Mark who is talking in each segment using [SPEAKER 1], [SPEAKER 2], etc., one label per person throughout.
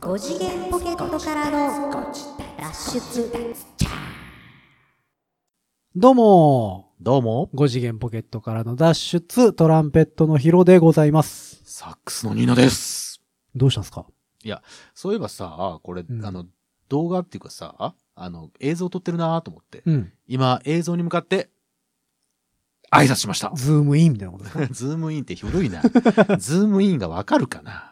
[SPEAKER 1] 5次元ポケットからの脱出
[SPEAKER 2] どうも
[SPEAKER 3] どうも、
[SPEAKER 2] ー、5次元ポケットからの脱出、トランペットのヒロでございます。
[SPEAKER 3] サックスのニーナです。
[SPEAKER 2] どうしたんすか
[SPEAKER 3] そういえばさ、これ、
[SPEAKER 2] うん
[SPEAKER 3] あの、動画っていうかさ、あの、映像撮ってるなと思って、
[SPEAKER 2] うん。。
[SPEAKER 3] 今、映像に向かって、挨拶しました
[SPEAKER 2] ズームインみたいなことですか
[SPEAKER 3] ズームインって古いな。ズームインがわかるかな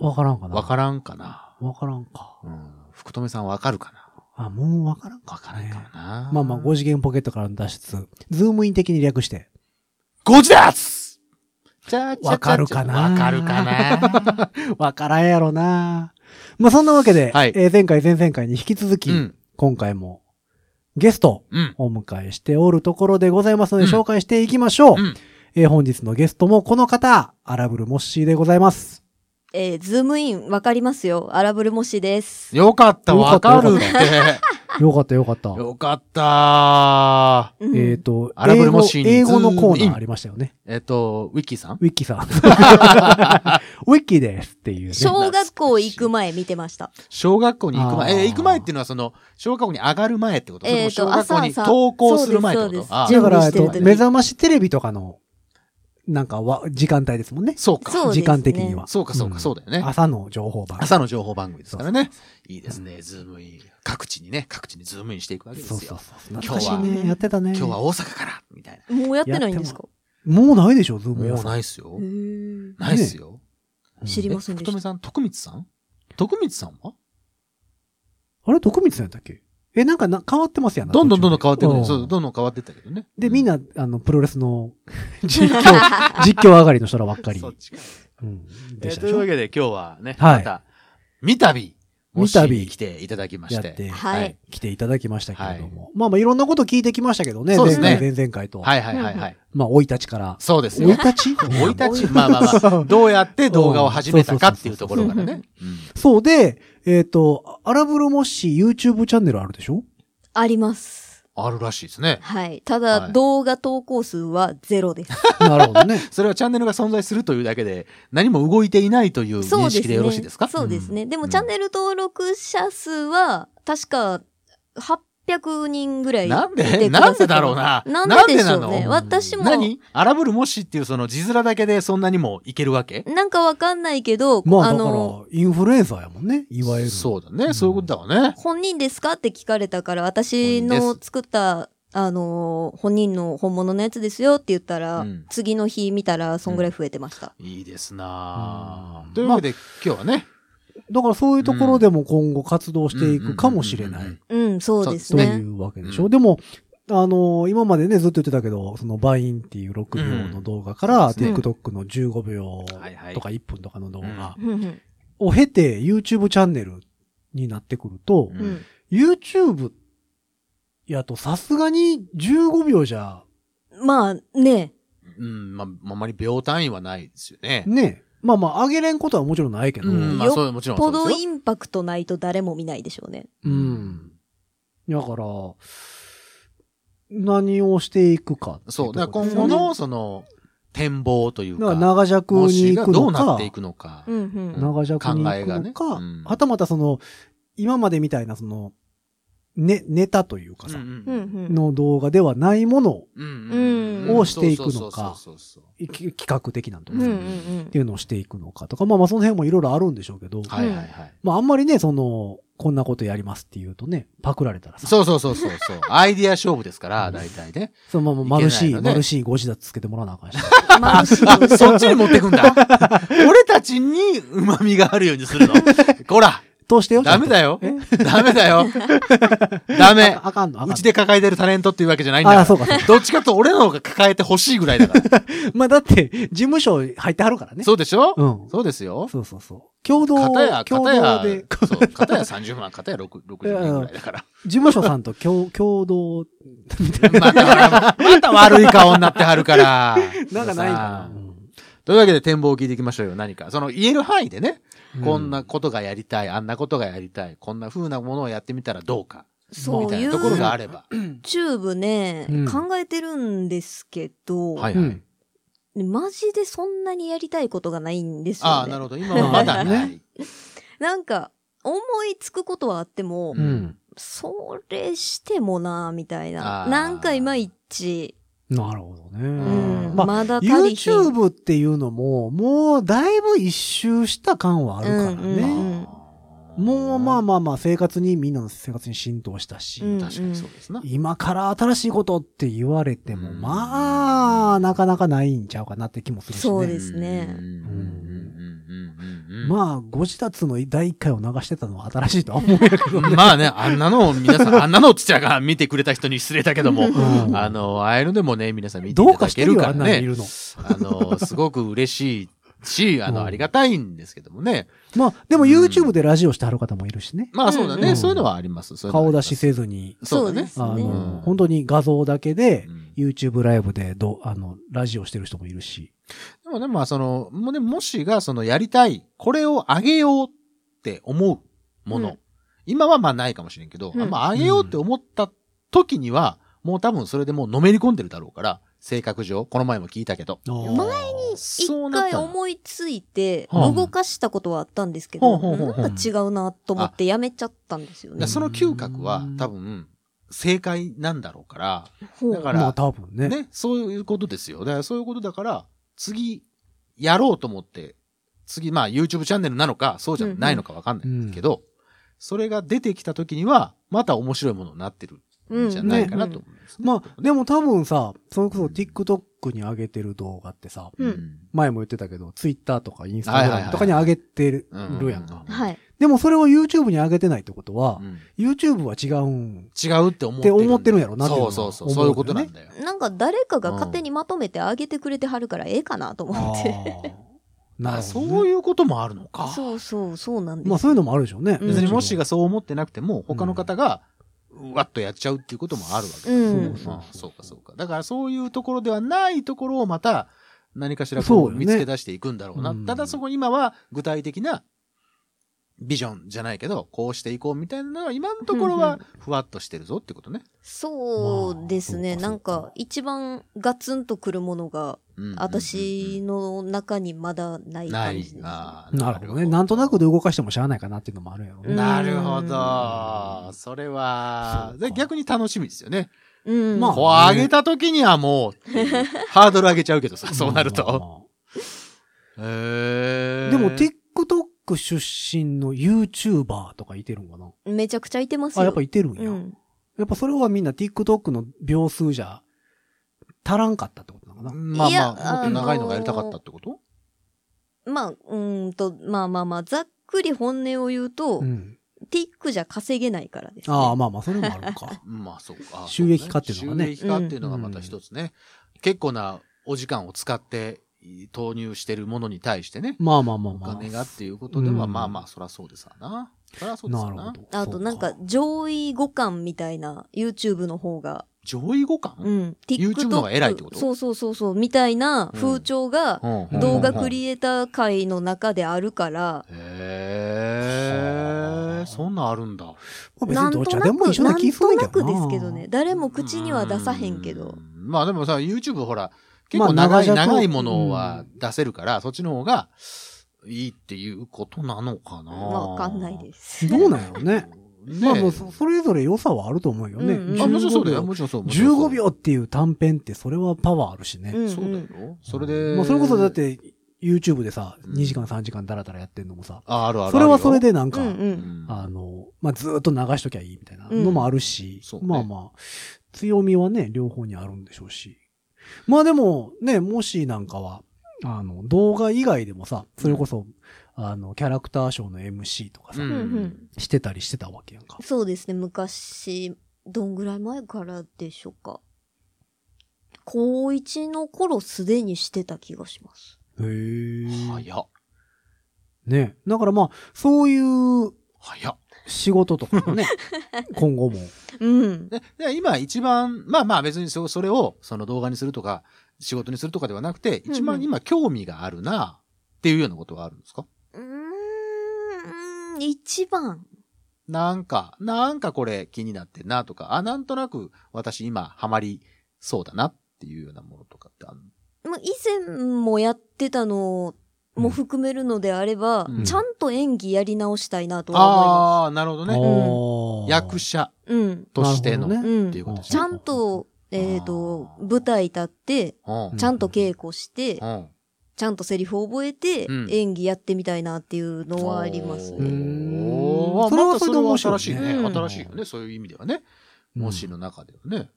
[SPEAKER 2] わからんかな
[SPEAKER 3] わからんかな、
[SPEAKER 2] わからんか。
[SPEAKER 3] うん、福留さんわかるかな
[SPEAKER 2] あ、もうわからんか。
[SPEAKER 3] わからんかな、
[SPEAKER 2] まあまあ、5次元ポケットからの脱出。ズームイン的に略して。
[SPEAKER 3] ご時ですじゃあ
[SPEAKER 2] わかるかな
[SPEAKER 3] わかるかな
[SPEAKER 2] わからんやろなまあそんなわけで、
[SPEAKER 3] はい
[SPEAKER 2] えー前回前々回に引き続き、
[SPEAKER 3] うん。
[SPEAKER 2] 今回もゲストを
[SPEAKER 3] うん。
[SPEAKER 2] お迎えしておるところでございますので、
[SPEAKER 3] うん
[SPEAKER 2] 紹介していきましょう。
[SPEAKER 3] うん
[SPEAKER 2] えー本日のゲストもこの方、アラブルモッシーでございます。
[SPEAKER 4] えーズームインわかりますよ。アラブルモシです。
[SPEAKER 3] よかった、
[SPEAKER 2] よかっ
[SPEAKER 3] わ
[SPEAKER 2] た
[SPEAKER 3] かるって。
[SPEAKER 2] よかったよかった。
[SPEAKER 3] よかった。
[SPEAKER 4] うん
[SPEAKER 2] えっ、と、
[SPEAKER 3] アラブルモッシーに
[SPEAKER 2] 英語英語のコ
[SPEAKER 3] ズー
[SPEAKER 2] ー
[SPEAKER 3] ムイ
[SPEAKER 2] ナー
[SPEAKER 3] ン
[SPEAKER 2] ありましたよね。
[SPEAKER 3] えっと、ウィッキーさん
[SPEAKER 2] ウィッキー さん。ウィッキーですっていうね。
[SPEAKER 4] 小学校行く前見てました。
[SPEAKER 3] 小学校に行く前
[SPEAKER 2] あ、ー
[SPEAKER 3] えー行く前っていうのはその、小学校に上がる前ってことそれと
[SPEAKER 4] え
[SPEAKER 3] も
[SPEAKER 4] ーと
[SPEAKER 3] 小学校に
[SPEAKER 4] 朝朝
[SPEAKER 3] 登校する前って
[SPEAKER 4] そう
[SPEAKER 3] こ
[SPEAKER 4] で
[SPEAKER 3] と
[SPEAKER 4] す
[SPEAKER 3] あ
[SPEAKER 4] そう
[SPEAKER 3] ー
[SPEAKER 2] だから、えっ
[SPEAKER 4] 準備してる
[SPEAKER 2] と
[SPEAKER 4] 時、
[SPEAKER 2] 目覚ましテレビとかの、なんかは、時間帯ですもんね。
[SPEAKER 3] そうか。
[SPEAKER 4] そうですね
[SPEAKER 2] 時間的には。
[SPEAKER 3] そうか、そう
[SPEAKER 2] う
[SPEAKER 3] か、
[SPEAKER 2] ん
[SPEAKER 3] そうだよね。
[SPEAKER 2] 朝の情報番。
[SPEAKER 3] 朝の情報番組ですからね。いいですね、ズームイン。各地にね、各地にズームインしていくわけで
[SPEAKER 2] そう
[SPEAKER 3] す
[SPEAKER 2] そう
[SPEAKER 3] よ。
[SPEAKER 2] そう。
[SPEAKER 3] 今日
[SPEAKER 2] 懐
[SPEAKER 3] は
[SPEAKER 2] かしいね。やってたね。
[SPEAKER 3] 今日は大阪から、みたい
[SPEAKER 4] もうやってないんですか
[SPEAKER 2] も。うないでしょ、ズー
[SPEAKER 3] な。
[SPEAKER 2] ムや
[SPEAKER 3] もう
[SPEAKER 2] さん
[SPEAKER 3] ないっすよ
[SPEAKER 4] へ。ー
[SPEAKER 3] ないっすよ。
[SPEAKER 2] うん
[SPEAKER 4] 知りませんで
[SPEAKER 3] え福留
[SPEAKER 4] した。
[SPEAKER 3] さん、徳光さん徳光さんは
[SPEAKER 2] あれ、徳光さんやったっけえ、なんかな変わってますやんな。
[SPEAKER 3] どんどんどんどん変わってく
[SPEAKER 2] う
[SPEAKER 3] る。そう、どんどん変わってったけどね。
[SPEAKER 2] で、みん
[SPEAKER 3] う
[SPEAKER 2] な、あの、プロレスの実況、実況上がりの人らばっかり。
[SPEAKER 3] そっちか。
[SPEAKER 2] うん。
[SPEAKER 3] え
[SPEAKER 2] でし
[SPEAKER 3] ー
[SPEAKER 2] た
[SPEAKER 3] と
[SPEAKER 2] で
[SPEAKER 3] い
[SPEAKER 2] し
[SPEAKER 3] う
[SPEAKER 2] ょ
[SPEAKER 3] わけで今日はね、
[SPEAKER 2] はい
[SPEAKER 3] また、三度、もし
[SPEAKER 2] 三度
[SPEAKER 3] に来ていただきま
[SPEAKER 2] や
[SPEAKER 3] し
[SPEAKER 2] って
[SPEAKER 3] て。
[SPEAKER 4] は
[SPEAKER 3] はいい。
[SPEAKER 2] 来ていただきましたけれども。まあまあいろんなこと聞いてきましたけどね。
[SPEAKER 3] そうですね
[SPEAKER 2] 前回、前々回と。
[SPEAKER 3] はいはいはいはい。
[SPEAKER 2] まあ、生い立ちから。
[SPEAKER 3] そうです
[SPEAKER 2] 生い
[SPEAKER 3] よ。
[SPEAKER 2] 立ち
[SPEAKER 3] 生い 立ち、まあまあまあ、どうやって動画を始めたかっていうところから
[SPEAKER 4] う
[SPEAKER 3] ね
[SPEAKER 4] ん。
[SPEAKER 3] うん
[SPEAKER 2] そうで、えっ、と、アラブルモッシー YouTube チャンネルあるでしょ
[SPEAKER 4] あります。
[SPEAKER 3] あるらしいですね。
[SPEAKER 4] はい。た
[SPEAKER 3] は
[SPEAKER 4] だ、
[SPEAKER 3] い
[SPEAKER 4] 動画投稿数はゼロです。
[SPEAKER 2] なるほどね。
[SPEAKER 3] それはチャンネルが存在するというだけで、何も動いていないという
[SPEAKER 4] そ
[SPEAKER 3] 認
[SPEAKER 4] うです
[SPEAKER 3] 識で
[SPEAKER 4] ね。
[SPEAKER 3] よろしいですか
[SPEAKER 4] そうですね。で
[SPEAKER 3] う
[SPEAKER 4] も、
[SPEAKER 3] ん
[SPEAKER 4] チャンネル登録者数は、確か、800人ぐらい。
[SPEAKER 3] なん
[SPEAKER 4] 見
[SPEAKER 3] で
[SPEAKER 4] てくさ
[SPEAKER 3] な
[SPEAKER 4] っ
[SPEAKER 3] ん
[SPEAKER 4] て
[SPEAKER 3] でだろうな。
[SPEAKER 4] なんででしょう
[SPEAKER 3] なんで
[SPEAKER 4] ね。
[SPEAKER 3] なの
[SPEAKER 4] 私も、
[SPEAKER 3] 何アラブルもしっていうその字面だけでそんなにもいけるわけ
[SPEAKER 4] なんかわかんないけど、
[SPEAKER 2] まあ、
[SPEAKER 4] あ
[SPEAKER 2] だから
[SPEAKER 4] の、、
[SPEAKER 2] インフルエンサーやもんね。いわゆる。
[SPEAKER 3] そうだ
[SPEAKER 2] う
[SPEAKER 3] ね。
[SPEAKER 2] ん
[SPEAKER 3] そういうことだわね。
[SPEAKER 4] 本人ですかって聞かれたから、私
[SPEAKER 3] 本人
[SPEAKER 4] の
[SPEAKER 3] で
[SPEAKER 4] 作った、あのー、本人の本物のやつですよって言ったら、
[SPEAKER 3] うん
[SPEAKER 4] 次の日見たら、そんぐらい増えてました。
[SPEAKER 3] いいですな
[SPEAKER 2] う
[SPEAKER 3] あ
[SPEAKER 2] ん
[SPEAKER 3] というわけで今日はね、
[SPEAKER 2] だからそういうところでも今後活動していくかもしれな
[SPEAKER 3] うんうんうんうん
[SPEAKER 2] い。
[SPEAKER 4] うん、そうで
[SPEAKER 2] と
[SPEAKER 4] す
[SPEAKER 2] い
[SPEAKER 4] ね。
[SPEAKER 2] うわけでしょ。
[SPEAKER 3] うん
[SPEAKER 2] でも、あの今までね、ずっと言ってたけど、その、バインっていう6秒の動画から、
[SPEAKER 3] うんそうですね
[SPEAKER 2] TikTok の15秒
[SPEAKER 3] はいはい
[SPEAKER 2] とか1分とかの動画、
[SPEAKER 3] うん
[SPEAKER 4] うんうん
[SPEAKER 2] を経て YouTube チャンネルになってくると、
[SPEAKER 3] う
[SPEAKER 4] うんん
[SPEAKER 2] YouTube やとさすがに15秒じゃ、
[SPEAKER 4] まあね、
[SPEAKER 3] うん、まあ、あんまり秒単位はないですよね。
[SPEAKER 2] ね、まあまあ上げれんことはもちろんないけど、
[SPEAKER 3] う、
[SPEAKER 2] うんん。
[SPEAKER 3] まあ、そう、もちろんそ
[SPEAKER 4] ポ
[SPEAKER 3] うですよ
[SPEAKER 4] ドインパクトないと誰も見ないでしょうね。
[SPEAKER 2] だから、何をしていくかってい
[SPEAKER 3] そう。だ
[SPEAKER 2] とこ
[SPEAKER 3] から
[SPEAKER 2] ろ
[SPEAKER 3] 今後の、その、展望という
[SPEAKER 2] だから
[SPEAKER 3] か、
[SPEAKER 2] 長尺
[SPEAKER 3] も
[SPEAKER 2] に
[SPEAKER 3] し
[SPEAKER 2] 行
[SPEAKER 3] が
[SPEAKER 2] く
[SPEAKER 3] ど
[SPEAKER 2] の
[SPEAKER 3] うなっ
[SPEAKER 2] か
[SPEAKER 3] てい、くのか
[SPEAKER 4] う。んうん。
[SPEAKER 2] 長尺に行く
[SPEAKER 3] 考えが
[SPEAKER 2] の
[SPEAKER 3] ね
[SPEAKER 2] か、
[SPEAKER 3] うん
[SPEAKER 2] はたまたその、今までみたいなその、ね、ネタというかさ、
[SPEAKER 4] うんうん
[SPEAKER 2] の動画ではないもの、
[SPEAKER 4] うん
[SPEAKER 2] をしていくのか
[SPEAKER 3] そうそうそうそう
[SPEAKER 2] い企画的なんと
[SPEAKER 4] う
[SPEAKER 2] か
[SPEAKER 4] んう
[SPEAKER 2] さ、
[SPEAKER 4] んう
[SPEAKER 2] っ
[SPEAKER 4] ん
[SPEAKER 2] ていうのをしていくのかとか、まあまあその辺もいろいろあるんでしょうけど、
[SPEAKER 3] はいはいはい。
[SPEAKER 2] まああんまりね、その、こんなことやりますっていうとね、パクられたらさ、
[SPEAKER 3] そうそうそうそう そう。アイディア勝負ですか
[SPEAKER 2] う
[SPEAKER 3] ら、
[SPEAKER 2] ん
[SPEAKER 3] 大体ね。
[SPEAKER 2] そのまま丸
[SPEAKER 3] いけ
[SPEAKER 2] C、
[SPEAKER 3] ないよね
[SPEAKER 2] 丸 C ご自立つけてもらわなあかんし。
[SPEAKER 4] 眩しい
[SPEAKER 3] あ、そっちに持ってくん だ。俺たちに旨味があるようにするの。こら、
[SPEAKER 2] どうしてよ
[SPEAKER 3] ダメだ
[SPEAKER 2] よ。
[SPEAKER 3] よ
[SPEAKER 2] え。
[SPEAKER 3] ダメ だよ。ダメ
[SPEAKER 2] あ。あかんの、あかん
[SPEAKER 3] う
[SPEAKER 2] の
[SPEAKER 3] ち。で抱えてるタレントっていうわけじゃないんだか
[SPEAKER 2] あ
[SPEAKER 3] ら。
[SPEAKER 2] あ、そうか、そうか。
[SPEAKER 3] どっちかと俺の方が抱えてほしいぐらい だから。
[SPEAKER 2] まあだって、事務所入ってはるからね。
[SPEAKER 3] そうでしょ
[SPEAKER 2] うん。
[SPEAKER 3] そうですよ。
[SPEAKER 2] そうそうそう。共同、
[SPEAKER 3] 片や、
[SPEAKER 2] 共
[SPEAKER 3] 片や
[SPEAKER 2] 同で、、
[SPEAKER 3] そう、片や30万、片や6 60万ぐらいだから。
[SPEAKER 2] 事務所さんと共 共同、
[SPEAKER 3] また、また悪い顔になってはるから。
[SPEAKER 2] なんかないんかな。う
[SPEAKER 3] さあ
[SPEAKER 2] ん
[SPEAKER 3] というわけで展望を聞いていきましょうよ、何か。その言える範囲でね、
[SPEAKER 2] うん
[SPEAKER 3] こんなことがやりたい、あんなことがやりたい、こんな風なものをやってみたらどうか、
[SPEAKER 4] そ
[SPEAKER 3] み
[SPEAKER 4] う
[SPEAKER 3] たい
[SPEAKER 4] い
[SPEAKER 3] なところ
[SPEAKER 4] う
[SPEAKER 3] があれば。
[SPEAKER 4] チューブね、
[SPEAKER 2] うん
[SPEAKER 4] 考えてるんですけど、
[SPEAKER 3] はい
[SPEAKER 2] うん
[SPEAKER 3] はい。
[SPEAKER 4] マジでそんなにやりたいことがないんですよ、ね。
[SPEAKER 3] ああ、なるほど。今はまだ
[SPEAKER 2] まあ
[SPEAKER 3] な
[SPEAKER 2] ね
[SPEAKER 3] い。
[SPEAKER 4] なんか、思いつくことはあっても、
[SPEAKER 2] うん。
[SPEAKER 4] それしてもなみたい
[SPEAKER 3] あ
[SPEAKER 4] な。
[SPEAKER 3] ー
[SPEAKER 4] なんかいまいち、
[SPEAKER 2] なるほどね。
[SPEAKER 4] うん、
[SPEAKER 2] まあ、
[SPEAKER 4] まだ足りひん。
[SPEAKER 2] YouTube っていうのも、もうだいぶ一周した感はあるから
[SPEAKER 4] うん
[SPEAKER 2] ね。
[SPEAKER 4] うん
[SPEAKER 2] もうまあまあまあ生活に、みんなの生活に浸透したし、
[SPEAKER 4] うん
[SPEAKER 3] 確かにそうですな。
[SPEAKER 2] 今から新しいことって言われても、
[SPEAKER 3] うん
[SPEAKER 2] まあ、なかなかないんちゃうかなって気もするしね。
[SPEAKER 4] そうですね
[SPEAKER 3] うんうんうんうんうんうん
[SPEAKER 2] まあ、ご自宅の第一回を流してたのは新しいとは思うんやけど ね。
[SPEAKER 3] まあね、あんなのを皆さん、あんなのをちゃが見てくれた人に失礼だけども、
[SPEAKER 2] うん
[SPEAKER 3] あの、ああいうのでもね、皆さん見てい
[SPEAKER 2] どう
[SPEAKER 3] た
[SPEAKER 2] か
[SPEAKER 3] だ
[SPEAKER 2] し
[SPEAKER 3] け
[SPEAKER 2] てる
[SPEAKER 3] る
[SPEAKER 2] よ、
[SPEAKER 3] か
[SPEAKER 2] あ
[SPEAKER 3] ら
[SPEAKER 2] んなにい
[SPEAKER 3] ね、
[SPEAKER 2] るの。
[SPEAKER 3] あの、すごく嬉しいし、あ
[SPEAKER 2] う
[SPEAKER 3] の、
[SPEAKER 2] ん
[SPEAKER 3] ありがたいんですけどもね。
[SPEAKER 2] まあ、でも YouTube でラジオしてはる方もいるしね。
[SPEAKER 3] まあそうだね、
[SPEAKER 2] うん
[SPEAKER 3] そういうのはあります。そういうのはあ
[SPEAKER 2] 顔
[SPEAKER 3] り
[SPEAKER 2] 出
[SPEAKER 3] ます
[SPEAKER 2] し、せずに、
[SPEAKER 3] そうだね。
[SPEAKER 4] そ
[SPEAKER 2] あ
[SPEAKER 4] うですね
[SPEAKER 2] の、
[SPEAKER 3] うん
[SPEAKER 2] 本当に画像だけで
[SPEAKER 3] う、ん
[SPEAKER 2] YouTube ライブでど、あの、ラジオしてる人もいるし。
[SPEAKER 3] でもね、まあその、もうね、もしがそのやりたい、これをあげようって思うもの。
[SPEAKER 4] うん
[SPEAKER 3] 今はまあないかもしれんけど、
[SPEAKER 4] うん
[SPEAKER 3] あまああげようって思った時には、もう多分それでもうのめり込んでるだろうから、性格上、この前も聞いたけど。
[SPEAKER 2] 前に、
[SPEAKER 3] そう
[SPEAKER 4] 一
[SPEAKER 3] なった
[SPEAKER 4] 回
[SPEAKER 3] ら
[SPEAKER 4] 思いついて、
[SPEAKER 3] うん
[SPEAKER 4] 動かしたことはあったんですけど、
[SPEAKER 3] ほうほうほうほう
[SPEAKER 4] なんか違うなと思ってやめちゃったんですよ
[SPEAKER 3] だから
[SPEAKER 4] ね。
[SPEAKER 3] その嗅覚は
[SPEAKER 2] うん
[SPEAKER 3] 多分、正解なんだろうから、
[SPEAKER 4] ほう
[SPEAKER 3] だから
[SPEAKER 2] まあ多分ね。
[SPEAKER 3] ね、そういうことですよ。だからそういうことだから、次、やろうと思って、次、まあ YouTube チャンネルなのか、そうじゃないのかわかんないけど、それが出てきた時には、また面白いものになってるんじゃないかなと思うんですね。
[SPEAKER 2] まあ、でも多分さ、それこそ TikTok に上げてる動画ってさ、
[SPEAKER 4] うん
[SPEAKER 2] 前も言ってたけど、Twitter とか
[SPEAKER 3] はいはいはい
[SPEAKER 2] Instagram とかに上げてるるやんか。
[SPEAKER 4] はい。
[SPEAKER 2] でもそれを YouTube に上げてないってことは
[SPEAKER 3] う、ん
[SPEAKER 2] YouTube は違 うん。
[SPEAKER 3] 違うって思って
[SPEAKER 2] って思ってるんやろなっていうの
[SPEAKER 3] そ
[SPEAKER 2] は
[SPEAKER 3] うそうそう、
[SPEAKER 2] 思う
[SPEAKER 3] そ
[SPEAKER 2] よ
[SPEAKER 3] う
[SPEAKER 2] ね
[SPEAKER 3] いうことなんだよ。
[SPEAKER 4] なんか誰かが勝手にまとめてあげてくれてはるからええかなと思
[SPEAKER 2] あ
[SPEAKER 4] っ
[SPEAKER 2] あ
[SPEAKER 4] て。
[SPEAKER 2] なる
[SPEAKER 3] あ
[SPEAKER 2] ほど、ね。
[SPEAKER 3] そういうこともあるのか。
[SPEAKER 4] そうそう、そうなんです。
[SPEAKER 2] まあそういうのもあるでしょうね。
[SPEAKER 4] うん
[SPEAKER 3] 別にもしがそう思ってなくても、他の方が、うわっとやっちゃうっていうこともあるわけだ
[SPEAKER 4] う
[SPEAKER 2] そうそう
[SPEAKER 4] ん
[SPEAKER 2] そう
[SPEAKER 3] ああそうかそうか。だからそういうところではないところをまた何かしら
[SPEAKER 2] そう
[SPEAKER 3] こ
[SPEAKER 2] よね
[SPEAKER 3] う見つけ出していくんだろうな。
[SPEAKER 2] うん
[SPEAKER 3] ただそこに今は具体的なビジョンじゃないけど、こうしていこうみたいなのは今のところはふわっとしてるぞってことね。
[SPEAKER 4] そうですね。
[SPEAKER 2] まあ
[SPEAKER 4] なん
[SPEAKER 2] そうか
[SPEAKER 4] か、一番ガツンとくるものが、
[SPEAKER 3] うん
[SPEAKER 4] 私、の中にまだない
[SPEAKER 3] な
[SPEAKER 4] 感
[SPEAKER 3] い
[SPEAKER 4] じです。
[SPEAKER 3] な。
[SPEAKER 2] なるほどね。なんとなくで動かしてもしゃあないかなっていうのもあるんやろうね。
[SPEAKER 3] なるほど。それは
[SPEAKER 2] そ、うか
[SPEAKER 3] で逆に楽しみですよね。
[SPEAKER 4] うん。
[SPEAKER 2] まあ
[SPEAKER 3] こう上げた時にはもうっていう、ハードル上げちゃうけどさ、 そうなる
[SPEAKER 2] まあまあ
[SPEAKER 3] と。
[SPEAKER 2] まあ。
[SPEAKER 3] へー
[SPEAKER 2] でも TikTok 出身の YouTuber とかいてるんかな
[SPEAKER 4] めちゃくちゃいてますよ。
[SPEAKER 2] あ、やっぱいてるんや。
[SPEAKER 4] うん。
[SPEAKER 2] やっぱそれはみんな TikTok の秒数じゃ足らんかったってことなのかな、
[SPEAKER 3] まあ
[SPEAKER 4] い
[SPEAKER 3] ま
[SPEAKER 4] や
[SPEAKER 3] あ、もっと長いのがやりたかったってこと。
[SPEAKER 4] まあ、うーんと、まあまあまあ、ざっくり本音を言うと、
[SPEAKER 2] うん。
[SPEAKER 4] ティックじゃ稼げないからです、ね。
[SPEAKER 2] ああ、まあまあ、それもあるか
[SPEAKER 3] まあそうか。
[SPEAKER 2] 収益化っていうのがね
[SPEAKER 3] 収益化っていうのがまた一つね。結構なお時間を使って投入してるものに対してね、
[SPEAKER 2] まあまあまあ
[SPEAKER 3] お
[SPEAKER 2] まあ。
[SPEAKER 3] 金がっていうことでは、
[SPEAKER 2] うん
[SPEAKER 3] まあまあ、そらそうですわな。そらそうです
[SPEAKER 2] な
[SPEAKER 3] わ
[SPEAKER 2] るほ
[SPEAKER 3] な。
[SPEAKER 2] ど。
[SPEAKER 4] あとなんか
[SPEAKER 2] そう
[SPEAKER 4] 上位互換みたいな YouTube の方が、
[SPEAKER 3] 上位互
[SPEAKER 4] う
[SPEAKER 3] 換
[SPEAKER 4] ん。
[SPEAKER 3] YouTube の方が偉いってこと
[SPEAKER 4] そうそうそうそう、みたいな風潮が
[SPEAKER 2] うん
[SPEAKER 4] 動画ク
[SPEAKER 3] 繰り
[SPEAKER 4] リエイター界の中であるから、
[SPEAKER 3] へえ、そんなんあるんだ。
[SPEAKER 2] まあ別
[SPEAKER 4] な
[SPEAKER 2] に
[SPEAKER 4] ん
[SPEAKER 2] どっち
[SPEAKER 4] と
[SPEAKER 2] らで
[SPEAKER 4] な
[SPEAKER 2] も一
[SPEAKER 4] く、
[SPEAKER 2] 緒
[SPEAKER 4] な
[SPEAKER 2] なん気する
[SPEAKER 4] と
[SPEAKER 2] んだ
[SPEAKER 4] な
[SPEAKER 2] け
[SPEAKER 4] く
[SPEAKER 2] どな。
[SPEAKER 4] ですけどね。。誰も口には出さへんけ
[SPEAKER 3] う
[SPEAKER 4] ど。
[SPEAKER 3] まあでもさ、YouTube ほら、結
[SPEAKER 2] まあ
[SPEAKER 3] 構長い、
[SPEAKER 2] 長尺を
[SPEAKER 3] 長いものは出せるから、そっちの方がいいっていうことなのかな。
[SPEAKER 4] わかんないです。
[SPEAKER 2] どうなんやろうね。
[SPEAKER 3] ね
[SPEAKER 2] まあもうそ、それぞれ良さはあると思うよね。
[SPEAKER 4] うんうん
[SPEAKER 3] あ、もちろんそうだ
[SPEAKER 2] 15
[SPEAKER 3] よ。
[SPEAKER 2] 秒
[SPEAKER 3] もちろんそう。もちろんそう
[SPEAKER 2] 15秒っていう短編ってそれはパワーあるしね。
[SPEAKER 4] うん
[SPEAKER 3] そうだよ。それで。
[SPEAKER 2] まあそれこそだっ。て YouTube でさ、
[SPEAKER 3] うん
[SPEAKER 2] 2時間3時間ダラダラやってんのもさ、
[SPEAKER 3] あ、あるあるあるよ。
[SPEAKER 2] それはそれでなん
[SPEAKER 4] う
[SPEAKER 2] か、
[SPEAKER 4] んう。
[SPEAKER 3] うんん。
[SPEAKER 2] あの、まあ、ずーっと流しときゃいいみたいなのもあるし、
[SPEAKER 3] うんそうね
[SPEAKER 2] まあまあ、強みはね、両方にあるんでしょうし。まあでも、ね、もしなんかは、あの、動画以外でもさ、それこそ、あの、キャラクターショーの MC とかさ、
[SPEAKER 3] うん
[SPEAKER 4] うんうん
[SPEAKER 2] してたりしてたわけやんか。
[SPEAKER 4] そうですね、昔、どんぐらい前からでしょうか。高一の頃すでにしてた気がします。
[SPEAKER 2] へえ。
[SPEAKER 3] 早っ。
[SPEAKER 2] ね。だからまあ、そういう
[SPEAKER 3] 早っ。
[SPEAKER 2] 仕事とかも ね、今後も。
[SPEAKER 4] うん。
[SPEAKER 3] で、で今一番、まあまあ別にそそれをその動画にするとか、仕事にするとかではなくて、
[SPEAKER 4] うんうん
[SPEAKER 3] 一番今興味があるな、っていうようなことはあるんですか
[SPEAKER 4] うーん、一番。
[SPEAKER 3] なんか、なんかこれ気になってんなとか、あ、なんとなく私今ハマりそうだなっていうようなものとかってある
[SPEAKER 4] まあ以前もやってたのも含めるのであれば、
[SPEAKER 3] うん
[SPEAKER 4] ちゃんと演技やり直したいなと
[SPEAKER 3] あ
[SPEAKER 4] は
[SPEAKER 3] あ、なるほどね。
[SPEAKER 2] ね
[SPEAKER 3] 役
[SPEAKER 2] 者
[SPEAKER 3] 者
[SPEAKER 4] 思います。うん。
[SPEAKER 3] としての、
[SPEAKER 2] なるほ
[SPEAKER 4] どね
[SPEAKER 3] っていうことです
[SPEAKER 4] ち
[SPEAKER 3] ね。
[SPEAKER 4] ゃんと、えっ、と
[SPEAKER 3] あ、ー
[SPEAKER 4] 舞台立って、
[SPEAKER 3] うん
[SPEAKER 4] ちゃんと稽古して、
[SPEAKER 3] うん
[SPEAKER 4] ちゃんとセリフ覚えて、
[SPEAKER 3] うん
[SPEAKER 4] 演技やってみたいなっていうのはあります
[SPEAKER 3] お
[SPEAKER 2] う
[SPEAKER 4] ね。
[SPEAKER 2] ん
[SPEAKER 3] ーおー
[SPEAKER 2] それは
[SPEAKER 3] また
[SPEAKER 2] それで面白いね
[SPEAKER 3] 新しいね。
[SPEAKER 4] うん
[SPEAKER 3] 新しいよね。そういう意味ではね。もしの中ではね、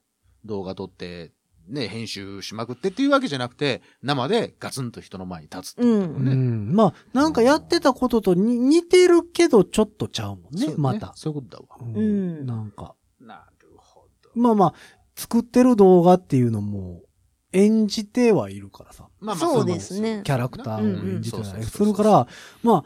[SPEAKER 3] 動画撮って、ね、編集しまくってっていうわけじゃなくて、生でガツンと人の前に立つっていうこと
[SPEAKER 2] う
[SPEAKER 3] ね。
[SPEAKER 2] ん。まあ、なんかやってたこととに似てるけど、ちょっとちゃうもん
[SPEAKER 3] そう
[SPEAKER 2] ね、
[SPEAKER 3] よ
[SPEAKER 2] また。
[SPEAKER 3] そういうことだわ。
[SPEAKER 2] うん
[SPEAKER 4] うん
[SPEAKER 2] なんか。
[SPEAKER 3] なるほど。
[SPEAKER 2] まあまあ、作ってる動画っていうのも、演じてはいるからさ。
[SPEAKER 3] ま
[SPEAKER 4] そうですね
[SPEAKER 2] キャラクター
[SPEAKER 4] うんうん
[SPEAKER 2] を演じてた
[SPEAKER 3] そう
[SPEAKER 2] り
[SPEAKER 3] そう
[SPEAKER 2] す
[SPEAKER 3] そう
[SPEAKER 2] るから、まあ、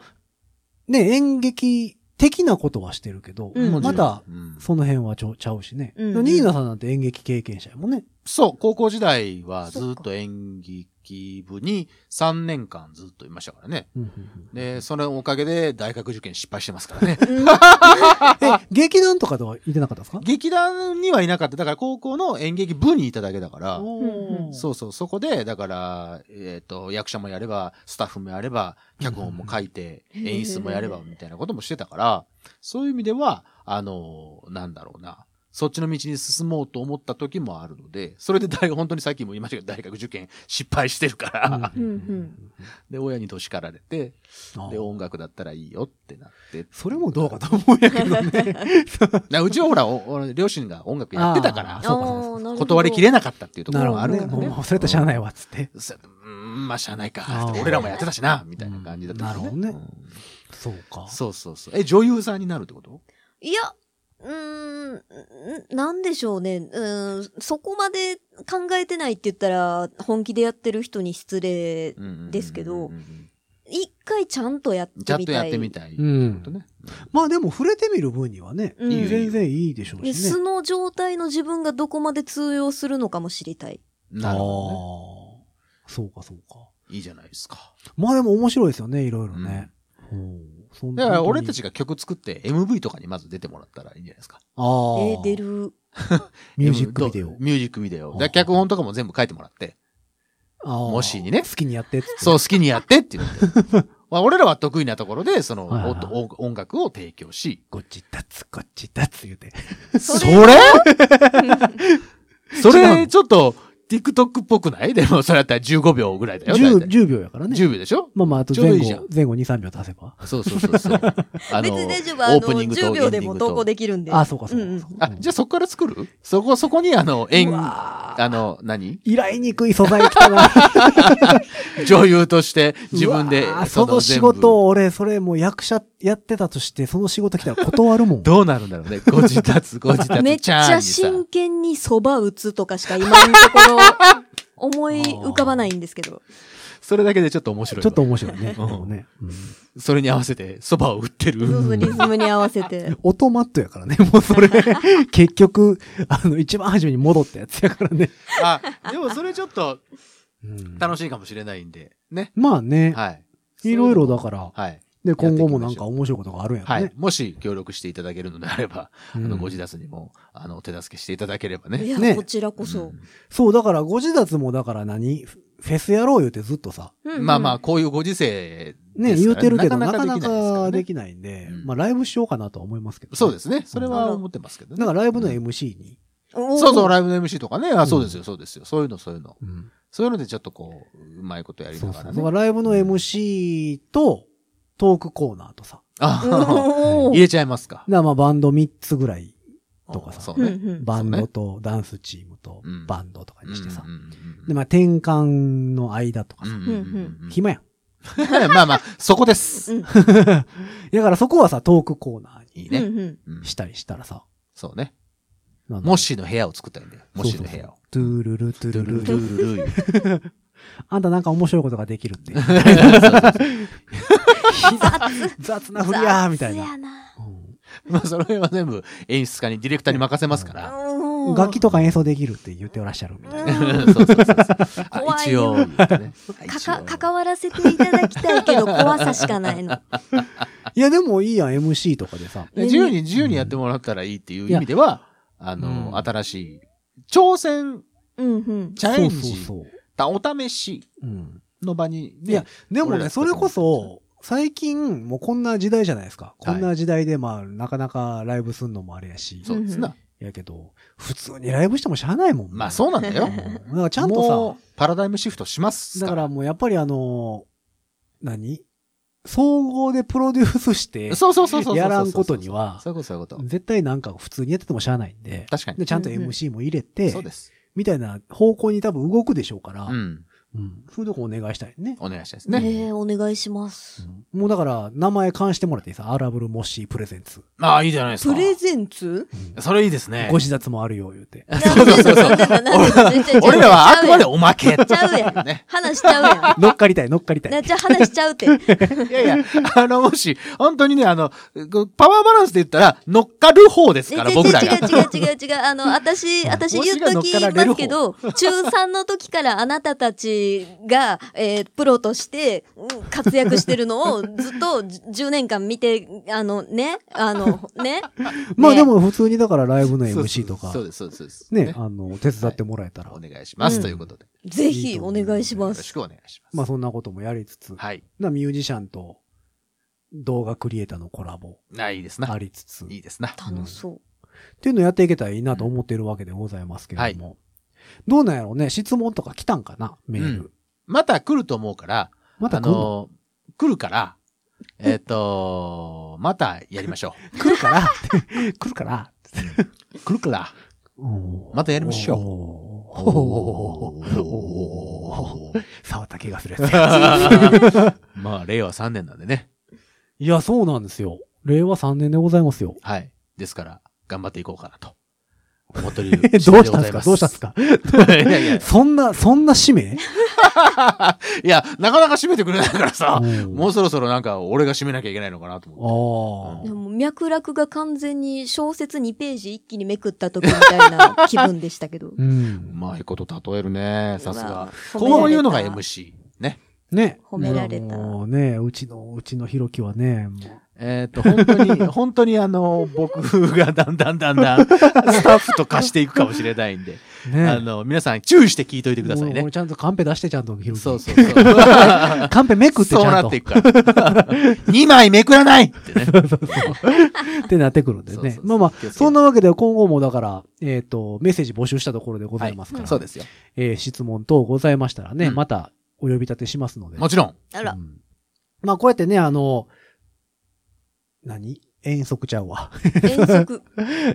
[SPEAKER 2] ね、演劇的なことはしてるけど、
[SPEAKER 4] うん
[SPEAKER 2] また、
[SPEAKER 3] うん
[SPEAKER 2] その辺はちょちゃうしね。
[SPEAKER 4] うん
[SPEAKER 2] ニーナさんなんて演劇経験者やもんね。
[SPEAKER 3] そう、高校時代は
[SPEAKER 4] そ
[SPEAKER 3] ず
[SPEAKER 4] っ
[SPEAKER 3] っ
[SPEAKER 4] か
[SPEAKER 3] と演劇部に3年間ずっといましたからね。
[SPEAKER 2] うんうん
[SPEAKER 3] で、そのおかげで大学受験失敗してますからね。
[SPEAKER 2] うんえ、劇団とかではいてなかったですか
[SPEAKER 3] 劇団にはいなかった。だから高校の演劇部にいただけだから、
[SPEAKER 4] うんうん
[SPEAKER 3] そうそう、そこで、だから、えっ、と、役者もやれば、スタッフもやれば、脚本も書いて、
[SPEAKER 4] うん
[SPEAKER 3] 演出もやれば、みたいなこともしてたから、そういう意味では、あの、なんだろうな。そっちの道に進もうと思った時もあるので、それで大本当にさっきも言いましたけど、大学受験失敗してるから、
[SPEAKER 2] うんうん
[SPEAKER 3] で、親にどしかられて、
[SPEAKER 2] あ
[SPEAKER 3] で、音楽だったらいいよってなって。
[SPEAKER 2] それもどうかと思うんやけどね。
[SPEAKER 3] なうちはほら、おお両親が音楽やってた
[SPEAKER 2] あ
[SPEAKER 3] から
[SPEAKER 2] ー、そうかそうかそうか
[SPEAKER 4] あーなるほど
[SPEAKER 3] 断りきれなかったっていうとこ
[SPEAKER 2] なる
[SPEAKER 3] ろ
[SPEAKER 2] ほ
[SPEAKER 3] も
[SPEAKER 2] ど
[SPEAKER 3] ある
[SPEAKER 2] ね。
[SPEAKER 3] から
[SPEAKER 2] もう
[SPEAKER 3] ね。
[SPEAKER 2] もうそれやったらしゃあないわ、っつって。
[SPEAKER 3] さうんまあ、しゃあないか
[SPEAKER 2] あ。ー
[SPEAKER 3] 俺らもやってたしな、みたいな感じだったし
[SPEAKER 2] うんなるほど
[SPEAKER 3] うん
[SPEAKER 2] そうか。
[SPEAKER 3] そうそうそう。え、女優さんになるってこと
[SPEAKER 4] いや、うーん、なんでしょうね。うーん、そこまで考えてないって言ったら、本気でやってる人に失礼。ですけど
[SPEAKER 3] うんうんうん
[SPEAKER 4] 一回ちゃんとやってみ
[SPEAKER 3] ち
[SPEAKER 4] た
[SPEAKER 3] ゃ
[SPEAKER 4] い。
[SPEAKER 3] んとやってみたい。
[SPEAKER 2] うん
[SPEAKER 3] と。ね。
[SPEAKER 2] まあでも触れてみる分にはね、
[SPEAKER 4] うん
[SPEAKER 2] 全然いいでしょう
[SPEAKER 4] で
[SPEAKER 2] し
[SPEAKER 4] 素
[SPEAKER 2] ね。
[SPEAKER 4] の状態の自分がどこまで通用するのかも知りたい。
[SPEAKER 3] なるほどね。
[SPEAKER 2] あーそうか、そうか。
[SPEAKER 3] いいじゃないですか。
[SPEAKER 2] まあでも面白いですよね、いろいろね。ほうそん
[SPEAKER 3] だから俺たちが曲作って MV とかにまず出てもらったらいいんじゃないですか。
[SPEAKER 2] ああ
[SPEAKER 4] えー、出る。
[SPEAKER 2] ミュージックビデ
[SPEAKER 3] M
[SPEAKER 2] オ
[SPEAKER 3] ど。ミュージックビデ
[SPEAKER 2] あー
[SPEAKER 3] オ。だから脚本とかも全部書いてもらって。
[SPEAKER 2] あー
[SPEAKER 3] もしにね
[SPEAKER 2] 好きにやってっつって。
[SPEAKER 3] そう、好きにやってって言って。 まあ俺らは得意なところで、その、
[SPEAKER 2] はいはいはい
[SPEAKER 3] お音音楽を提供し。
[SPEAKER 2] こっち立つ、こっち立つ言うて。
[SPEAKER 3] そ
[SPEAKER 4] そ
[SPEAKER 3] れそれ、ちょっと、TikTok っぽくないでも、それだったら15秒ぐらいだよ。大
[SPEAKER 2] 10,
[SPEAKER 3] 体
[SPEAKER 2] 10秒やからね。
[SPEAKER 3] 10秒でしょ
[SPEAKER 2] まあまあ、あと
[SPEAKER 3] ちょう
[SPEAKER 2] 前
[SPEAKER 3] どいいじゃん
[SPEAKER 2] 後、前後2、3秒足せば。
[SPEAKER 3] そうそうそう そう。あ
[SPEAKER 4] 別に大丈夫。あの、10秒でも投稿
[SPEAKER 3] で。
[SPEAKER 4] できるんで。
[SPEAKER 2] あ、そうか、そう
[SPEAKER 4] うんうん
[SPEAKER 2] かそうか。
[SPEAKER 3] あ、じゃあそこから作るそこ、そこにあの、演、
[SPEAKER 2] う
[SPEAKER 3] あ
[SPEAKER 2] わー
[SPEAKER 3] の、何
[SPEAKER 2] 依頼にくい素材来たな。
[SPEAKER 3] 女優として 自分で
[SPEAKER 2] うわー、その仕事を俺、それもう役者やってたとして、その仕事来たら断るもん。
[SPEAKER 3] 全部どうなるんだろうね。ご自 立、ご自立。
[SPEAKER 4] めっちゃ
[SPEAKER 3] チャーン
[SPEAKER 4] 真
[SPEAKER 3] に
[SPEAKER 4] 剣にそば打つとかしか今のところ思い浮かばないんですけ ど。
[SPEAKER 3] さ。それだけでちょっと面白いわ。
[SPEAKER 2] ちょっと面白いね。
[SPEAKER 3] うん
[SPEAKER 2] でもねうん
[SPEAKER 3] それに合わせて、蕎麦を売って る。
[SPEAKER 4] そうそうリズムに合わせて。
[SPEAKER 2] オートマットやからね。 もうそ れ、結局、あの、一番初めに戻ったやつやからね。
[SPEAKER 3] あ、でもそれちょっと
[SPEAKER 2] うん
[SPEAKER 3] 楽しいかもしれないんで。ね。
[SPEAKER 2] まあね、
[SPEAKER 3] はい。
[SPEAKER 2] いろいろだから、
[SPEAKER 3] はい。
[SPEAKER 2] で、今後もなんか面白いことがあるんやろ
[SPEAKER 3] はい
[SPEAKER 2] ね。。
[SPEAKER 3] もし協力していただけるのであれば、あ
[SPEAKER 2] う
[SPEAKER 3] の、
[SPEAKER 2] ん
[SPEAKER 3] ご自立にも、あの、手助けしていただければね。
[SPEAKER 4] いや、
[SPEAKER 2] ね
[SPEAKER 4] こちらこそ。
[SPEAKER 2] そう、だから、ご自立もだから何フェスやろう言うてずっとさ、
[SPEAKER 4] うんうん
[SPEAKER 3] まあまあ、こういうご時世
[SPEAKER 2] ね、
[SPEAKER 3] です
[SPEAKER 2] 言
[SPEAKER 3] か
[SPEAKER 2] う
[SPEAKER 3] ら
[SPEAKER 2] てるけど、なか
[SPEAKER 3] な
[SPEAKER 2] なか
[SPEAKER 3] かで
[SPEAKER 2] で
[SPEAKER 3] き
[SPEAKER 2] きないんで
[SPEAKER 3] うん、
[SPEAKER 2] まあ、ライブしようかなとは思いますけど。。
[SPEAKER 3] そうですすね。それは思ってますけど
[SPEAKER 2] だ
[SPEAKER 3] ね。
[SPEAKER 2] から、ライブの MC に。
[SPEAKER 4] おー
[SPEAKER 3] そうそう、ライブの MC とかね。あ、そうですよ、そうですよ。そういうの、そういうの。
[SPEAKER 2] うん
[SPEAKER 3] そういうのでちょっとこう、うまいことやり
[SPEAKER 2] そ
[SPEAKER 3] な
[SPEAKER 2] う
[SPEAKER 3] が
[SPEAKER 2] そ
[SPEAKER 3] ら
[SPEAKER 2] う。だか
[SPEAKER 3] ね。
[SPEAKER 2] ら、ライブの MC と、トークコーナーとさ。
[SPEAKER 3] あ、
[SPEAKER 4] おー
[SPEAKER 3] 入れちゃいますか。
[SPEAKER 2] だからまあ、バンド3つぐらいとかさ
[SPEAKER 3] そ。う
[SPEAKER 4] う
[SPEAKER 3] ね。
[SPEAKER 4] んうん
[SPEAKER 2] バンドとダンスチームと
[SPEAKER 3] うん
[SPEAKER 2] バンドとかにしてさ
[SPEAKER 3] う。んうん
[SPEAKER 2] で、まあ、転換の間とか
[SPEAKER 3] うん
[SPEAKER 2] さ。
[SPEAKER 3] うんうんうん
[SPEAKER 2] 暇やん。
[SPEAKER 3] まあまあ、そこです。
[SPEAKER 2] だから、そこはさ、トークコーナー
[SPEAKER 3] いい
[SPEAKER 4] うんう
[SPEAKER 3] ね。
[SPEAKER 4] ん
[SPEAKER 3] うん
[SPEAKER 2] にしたりしたらさ。
[SPEAKER 3] そうね。
[SPEAKER 2] なんだ
[SPEAKER 3] もしの部屋を作ったんだよ。もしの部屋を。
[SPEAKER 2] トゥールルトゥルル
[SPEAKER 3] ルルルルル
[SPEAKER 2] あんたなんか面白いことができるって。雑な振りやーみたい
[SPEAKER 4] 雑
[SPEAKER 2] な。
[SPEAKER 4] やな。
[SPEAKER 3] まあ、その辺は全部演出家に、ディレクターに任せますから。
[SPEAKER 4] おー
[SPEAKER 2] 楽器とか演奏できるって言ってらっしゃるみたいな。
[SPEAKER 3] そうそうそうそうあ
[SPEAKER 4] 怖い
[SPEAKER 3] 一応
[SPEAKER 4] よ、
[SPEAKER 3] ね
[SPEAKER 4] か
[SPEAKER 3] 一応
[SPEAKER 4] か、関わらせていただきたいけど、怖さしかないの。
[SPEAKER 2] いや、でもいいやん、MC とかでさ。
[SPEAKER 3] 自由に、自由にやってもらったらいいっていう意味では、あの、
[SPEAKER 2] うん
[SPEAKER 3] 新しい、挑戦、
[SPEAKER 4] うんうん。
[SPEAKER 3] チャレンジ、
[SPEAKER 2] そうそうそ
[SPEAKER 3] たお試し
[SPEAKER 2] う。うん。
[SPEAKER 3] の場に
[SPEAKER 2] い
[SPEAKER 3] ね。
[SPEAKER 2] や、でも
[SPEAKER 3] 俺
[SPEAKER 2] ね、
[SPEAKER 3] ら
[SPEAKER 2] それこそ、最近、もうこんな時代じゃないですか。こんな時代で、まあ、なかなかライブすんのもあれやし。
[SPEAKER 3] そうですな。
[SPEAKER 2] やけど、普通にライブしてもしゃあないもんね、
[SPEAKER 3] まあそうなんだよ
[SPEAKER 2] う。んだからちゃんと
[SPEAKER 3] もうパラダイムシフトします
[SPEAKER 2] さ、だからもうやっぱりあの、何総合でプロデュースして、
[SPEAKER 3] そうそうそうそうそうそうそう。
[SPEAKER 2] やらんことには
[SPEAKER 3] そういうこと、そういうこと。
[SPEAKER 2] 絶対なんか普通にやっててもしゃあないんで、
[SPEAKER 3] 確か
[SPEAKER 2] で
[SPEAKER 3] に。
[SPEAKER 2] ちゃんと MC も入れて
[SPEAKER 3] そう、です。
[SPEAKER 2] みたいな方向に多分動くでしょうから、
[SPEAKER 3] うん。
[SPEAKER 2] うんそういうとこお願いしたいね。
[SPEAKER 3] お願いしたいです
[SPEAKER 4] ね
[SPEAKER 3] ね。
[SPEAKER 4] えお願いします。
[SPEAKER 2] うんもうだから、名前関してもらっていいさ、アラブルモッシープレゼンツ。
[SPEAKER 3] ああ、いいじゃないです
[SPEAKER 4] プ
[SPEAKER 3] か。
[SPEAKER 4] レゼンツ
[SPEAKER 3] それいいですね
[SPEAKER 2] ご。自殺もあるよ、言うて。
[SPEAKER 4] そうそうそう。
[SPEAKER 3] 俺らはあくまで
[SPEAKER 4] ち
[SPEAKER 3] おまけ。
[SPEAKER 4] ゃうやん。
[SPEAKER 3] ね。
[SPEAKER 4] 話しちゃうやん。
[SPEAKER 2] 乗っかりたい、乗っか りたい。
[SPEAKER 4] なっちゃ話しちゃうって。
[SPEAKER 3] いやいや、あの、もし、本当にね、あの、こうパワーバランスで言ったら、乗っかる方です
[SPEAKER 4] 違う
[SPEAKER 3] から、僕ら
[SPEAKER 4] 違う
[SPEAKER 3] が。
[SPEAKER 4] 違う違う違う。あ の、私、私言っときますけど、中3の時からあなたたちが、えープロとしてうん活躍してるのをずっと10年間見て、あのね、あのね。
[SPEAKER 2] まあ
[SPEAKER 4] ね
[SPEAKER 2] でも普通にだからライブの
[SPEAKER 3] そう
[SPEAKER 2] MC とか
[SPEAKER 3] そ、うです、そうですそうです。
[SPEAKER 2] ね、あの、手伝ってもらえたら
[SPEAKER 3] お、願いします、
[SPEAKER 4] うん
[SPEAKER 3] ということで。
[SPEAKER 4] ぜひお願いし
[SPEAKER 3] よろ
[SPEAKER 4] ま
[SPEAKER 3] し
[SPEAKER 4] す。
[SPEAKER 3] くお願いし
[SPEAKER 2] ま
[SPEAKER 3] ま
[SPEAKER 2] あ
[SPEAKER 3] す。
[SPEAKER 2] そんなこともやりつつ、
[SPEAKER 3] はい。
[SPEAKER 2] なミュージシャンと動画クリエイターのコラボ
[SPEAKER 3] あ、いいですな
[SPEAKER 2] あ。りつつ、っ
[SPEAKER 3] いいですな。
[SPEAKER 4] 楽しそう。
[SPEAKER 2] ていうのをやっていけたらいいなと思ってるわけでございますけれども、どうなんやろうね、質問とか来たんかな、メール。
[SPEAKER 3] うまた来ると思うから、
[SPEAKER 2] また
[SPEAKER 3] あ
[SPEAKER 2] 来るの
[SPEAKER 3] の、来るから、えっと、またやりましょ
[SPEAKER 2] 来るから、 来るから、
[SPEAKER 3] う。来るから。
[SPEAKER 2] ま
[SPEAKER 3] またやりましょう
[SPEAKER 2] おー触った気がするやつ。
[SPEAKER 3] まあ、令和3年なんでね。
[SPEAKER 2] いや、そうなんですよ。令和3年でございます よ。
[SPEAKER 3] はい。ですから、頑張っていこうかなと。思ってる
[SPEAKER 2] え、どうしたんですかどうしたんです
[SPEAKER 3] か
[SPEAKER 2] か
[SPEAKER 3] いやいや、い
[SPEAKER 2] そんな、そんな使命
[SPEAKER 3] や、なかなか締めてくれないからさ、
[SPEAKER 2] うん
[SPEAKER 3] もうそろそろなんか俺が締めなきゃいけないのかなと思っ
[SPEAKER 2] ああ
[SPEAKER 3] う
[SPEAKER 4] で。も脈絡が完全に小説2ページ一気にめくった時みたいな気分でしたけ ど
[SPEAKER 2] う。。
[SPEAKER 3] て。うんまいこと例えるね、さす
[SPEAKER 4] まあ
[SPEAKER 3] が。
[SPEAKER 4] 褒められた
[SPEAKER 3] こういうのが MC。ね。
[SPEAKER 2] ね。
[SPEAKER 4] 褒められた
[SPEAKER 2] もうね、うちの、うちのひろきはね、も
[SPEAKER 3] えっ、と、本当に、 本当にあの、僕がだんだんだんだん、スタッフと化していくかもしれないんで、
[SPEAKER 2] う、ね。
[SPEAKER 3] あの、皆さん注意して聞いといてください
[SPEAKER 2] もうも
[SPEAKER 3] ね
[SPEAKER 2] う。ちゃんとカンペ出してちゃんと、ひろき。
[SPEAKER 3] そうそうそう。
[SPEAKER 2] カンペめくってち
[SPEAKER 3] そう
[SPEAKER 2] ゃ
[SPEAKER 3] なんっ
[SPEAKER 2] と。
[SPEAKER 3] て
[SPEAKER 2] っ
[SPEAKER 3] いくから。2枚 めくらないってね。
[SPEAKER 2] てなってくるんで
[SPEAKER 3] そうそう
[SPEAKER 2] ね
[SPEAKER 3] そ。う
[SPEAKER 2] まあま
[SPEAKER 3] 気をつけ
[SPEAKER 2] あ、
[SPEAKER 3] て
[SPEAKER 2] そんなわけで今後もだから、えっと、メッセージ募集したところでございますから。
[SPEAKER 3] そうですよ。
[SPEAKER 2] えー質問等ございましたらね、
[SPEAKER 3] うん
[SPEAKER 2] またお呼び立てしますので。
[SPEAKER 3] もちろん。
[SPEAKER 4] あら
[SPEAKER 2] う。んまあ、こうやってね、あの、何遠足ちゃうわ。
[SPEAKER 4] 遠足。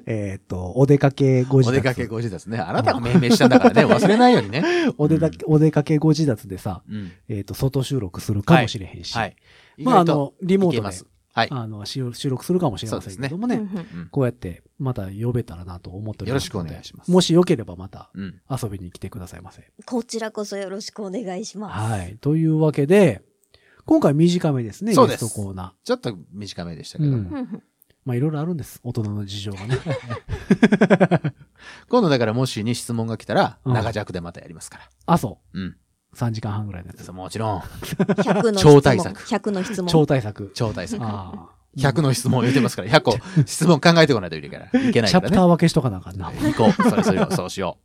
[SPEAKER 2] えっと、お出かけご自
[SPEAKER 3] お
[SPEAKER 2] 宅。
[SPEAKER 3] 出かけご自ですね。あなたが命名したんだからね、忘れないようにね。
[SPEAKER 2] お出かけ、お出かけご自宅でさ、
[SPEAKER 3] うん。
[SPEAKER 2] えっ、と、外収録するかもしれへんし。
[SPEAKER 3] はい。
[SPEAKER 2] まあ、あ
[SPEAKER 3] 意外と
[SPEAKER 2] の、リモ
[SPEAKER 3] い
[SPEAKER 2] ー
[SPEAKER 3] け
[SPEAKER 2] トで
[SPEAKER 3] ま、す。はい。
[SPEAKER 2] あの、収収録するかもしれませんけどもね、こうやって、また呼べたらなと思っておりますので。
[SPEAKER 3] よろしくお願いします
[SPEAKER 2] もしよければまた
[SPEAKER 3] うん。
[SPEAKER 2] 遊びに来てくださいませ。
[SPEAKER 4] こちらこそよろしくお願いします。
[SPEAKER 2] はい。というわけで、今回短めですね、
[SPEAKER 3] そうです
[SPEAKER 2] ゲストコーナー。
[SPEAKER 3] ちょっと短めでしたけど
[SPEAKER 2] う。ん
[SPEAKER 4] ふんふん
[SPEAKER 2] まあいろいろあるんです。大人の事情がね。
[SPEAKER 3] 今度だからもしに質問が来たら、
[SPEAKER 2] うん
[SPEAKER 3] 長尺でまたやりますから。
[SPEAKER 2] あ、そ
[SPEAKER 3] うん。
[SPEAKER 2] う。3時間半ぐらいのやつ
[SPEAKER 3] そう。もちろん。
[SPEAKER 4] 100の質問。
[SPEAKER 3] 超対策
[SPEAKER 4] 100の質問。
[SPEAKER 2] 超対策。
[SPEAKER 3] 超大作。
[SPEAKER 2] ああ。
[SPEAKER 3] 100の質問を言ってますから、100個質問考えてこないといけないから。いけな
[SPEAKER 2] チ
[SPEAKER 3] いか
[SPEAKER 2] ャプター
[SPEAKER 3] らね。
[SPEAKER 2] 分けしとかなあかんな。
[SPEAKER 3] 行こう。それそれをそうしよ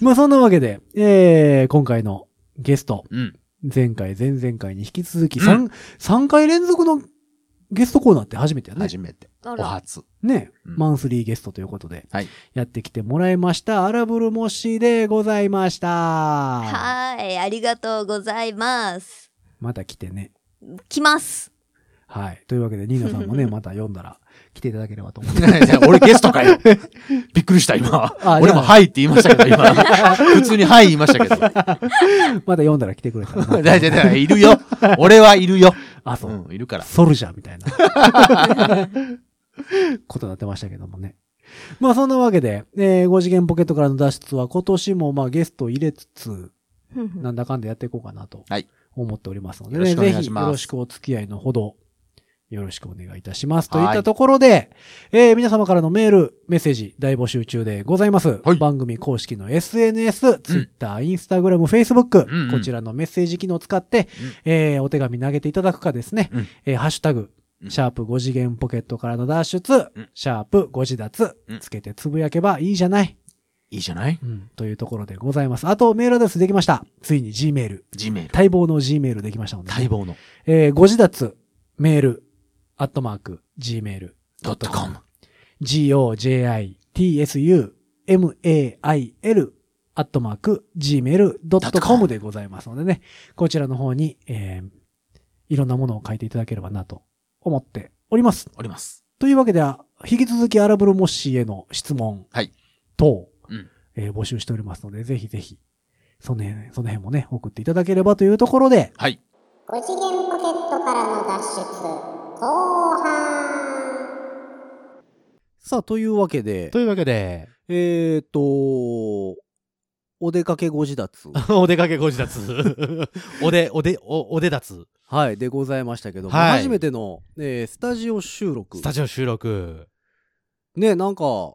[SPEAKER 2] まあそんなわけで、えー、今回のゲスト、
[SPEAKER 3] う。うん。
[SPEAKER 2] 前回、前々回に引き続き
[SPEAKER 3] うん
[SPEAKER 2] 3、三回連続のゲストコーナーって初めてやね。
[SPEAKER 3] 初めて。
[SPEAKER 4] あ
[SPEAKER 3] お
[SPEAKER 4] ら。
[SPEAKER 3] 初。
[SPEAKER 2] ね、
[SPEAKER 3] うん
[SPEAKER 2] マンスリーゲストということで、
[SPEAKER 3] はい
[SPEAKER 2] やってきてもらいました、アラブルモッシーでございました。は
[SPEAKER 4] はーい。ありがとうございます。
[SPEAKER 2] また来てね。
[SPEAKER 4] 来 ます。
[SPEAKER 2] はい。というわけで、ニーナさんもね、また読んだら来ていただければと思います。
[SPEAKER 3] 俺ゲストかよ。びっくりした、今
[SPEAKER 2] あ。
[SPEAKER 3] 俺もはいって言いましたけど、今。普通にはい言いましたけど。
[SPEAKER 2] また読んだら来てくれた らな。
[SPEAKER 3] 大丈夫だよ、いるよ。俺はいるよ。
[SPEAKER 2] あ、そう。
[SPEAKER 3] うん、いるから。
[SPEAKER 2] ソルジャーみたいな ことになってましたけどもね。まあそんなわけで、えー、5次元ポケットからの脱出は今年もまあゲストを入れつつ、
[SPEAKER 4] ふんふん
[SPEAKER 2] なんだかんだやっていこうかなと
[SPEAKER 3] はい
[SPEAKER 2] 思っておりますので、
[SPEAKER 3] よろ
[SPEAKER 2] ね
[SPEAKER 3] しくお願い
[SPEAKER 2] ぜひ
[SPEAKER 3] し
[SPEAKER 2] よ
[SPEAKER 3] ます
[SPEAKER 2] ろしくお付き合いのほどよろしくお願いいたします。と
[SPEAKER 3] はい
[SPEAKER 2] いったところで、えー皆様からのメール、メッセージ大募集中でございます。
[SPEAKER 3] はい
[SPEAKER 2] 番組公式の SNS、Twitter、Instagram、Facebook、
[SPEAKER 3] うんうん
[SPEAKER 2] こちらのメッセージ機能を使って、えーお手紙投げていただくかですね、
[SPEAKER 3] うん
[SPEAKER 2] えーハッシュタグ、
[SPEAKER 3] うん
[SPEAKER 2] シャープ5次元ポケットからの脱出、
[SPEAKER 3] うん
[SPEAKER 2] シャープ5次脱
[SPEAKER 3] うん
[SPEAKER 2] つけてつぶやけばいいじゃない。
[SPEAKER 3] いいじゃない
[SPEAKER 2] うん、というところでございます。あと、メールアドレスできました。ついに Gmail。
[SPEAKER 3] ?Gmail。
[SPEAKER 2] 待望の Gmail できましたのでね、
[SPEAKER 3] 待望の。
[SPEAKER 2] えーご自立、メール、アットマーク、gmail.com
[SPEAKER 3] .com。
[SPEAKER 2] gojitsu,mail, アットマーク、gmail.com でございますのでね、こちらの方に、えーいろんなものを書いていただければなと思っております。
[SPEAKER 3] おります。
[SPEAKER 2] というわけで、あ引き続きアラブルモッシーへの質問
[SPEAKER 3] はい
[SPEAKER 2] 等、
[SPEAKER 3] うん
[SPEAKER 2] えー募集しておりますので、ぜひぜひ、その辺、その辺もね、送っていただければというところで、
[SPEAKER 3] はい。
[SPEAKER 1] 5次元ポケットからの脱出後半
[SPEAKER 5] さあ、というわけで、
[SPEAKER 6] というわけで、
[SPEAKER 5] えーっと、お出かけご自立。
[SPEAKER 6] お出かけご自立。おで、おで、お、おで立
[SPEAKER 5] はい、でございましたけども、
[SPEAKER 6] はい
[SPEAKER 5] 初めての、えースタジオ収録
[SPEAKER 6] つ。ス。タジオ収録。
[SPEAKER 5] ね、なんか、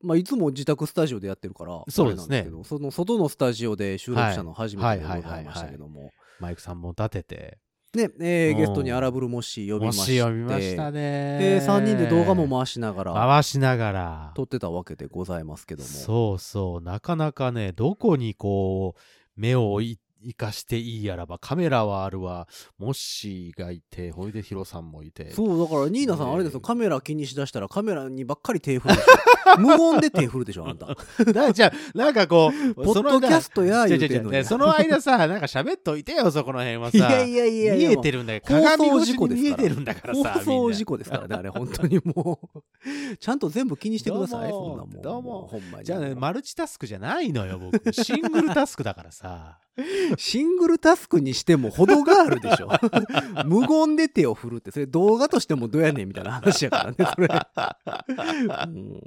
[SPEAKER 5] まあ、いつも自宅スタジオでやってるから、
[SPEAKER 6] そうですね
[SPEAKER 5] あれなんけどその外のスタジオで収録したの初めてでございましたけども。
[SPEAKER 6] マイクさんも立てて。
[SPEAKER 5] ね、えー
[SPEAKER 6] うん
[SPEAKER 5] ゲストに荒ぶるモッシー呼び
[SPEAKER 6] も
[SPEAKER 5] まして。
[SPEAKER 6] し読みましたね。
[SPEAKER 5] え3人で動画も回しながら
[SPEAKER 6] 回しながら。
[SPEAKER 5] 撮ってたわけでございますけども。
[SPEAKER 6] そうそう。なかなかね、どこにこう、目をい生かしていいやらば、カメラはあるわ、モッシーがいて、ほいでヒロさんもいて。
[SPEAKER 5] そうだからニーナさん
[SPEAKER 6] ね
[SPEAKER 5] あれですよカメラ気にしだしたらカメラにばっかり手振るでし ょ無言で手振るでしょあんた
[SPEAKER 6] だじゃあ、なんかこう、
[SPEAKER 5] ポッドキャストや
[SPEAKER 6] その間
[SPEAKER 5] 言うてんのに
[SPEAKER 6] 違う違う違うねその間さ、なんか喋っといてよ、そこの辺はさ。
[SPEAKER 5] いやいやいやいや
[SPEAKER 6] 見えてるんだよ。
[SPEAKER 5] 放
[SPEAKER 6] 鏡
[SPEAKER 5] 送
[SPEAKER 6] 越
[SPEAKER 5] 事
[SPEAKER 6] し
[SPEAKER 5] 故
[SPEAKER 6] に
[SPEAKER 5] です
[SPEAKER 6] 見え
[SPEAKER 5] から
[SPEAKER 6] てるんだからさ。
[SPEAKER 5] 放送事
[SPEAKER 6] 故。
[SPEAKER 5] 故ですからねあれ本当にもうちゃんと全部気にしてください
[SPEAKER 6] ど
[SPEAKER 5] そん
[SPEAKER 6] うも
[SPEAKER 5] なもん
[SPEAKER 6] どうも
[SPEAKER 5] ほんまに
[SPEAKER 6] じゃあね、マルチタスクじゃないのよ、僕。シングルタスクだからさ。
[SPEAKER 5] シングルタスクにしても程があるでしょ 無言で手を振るってそれ動画としてもどうやねんみたいな話やからねそれう ん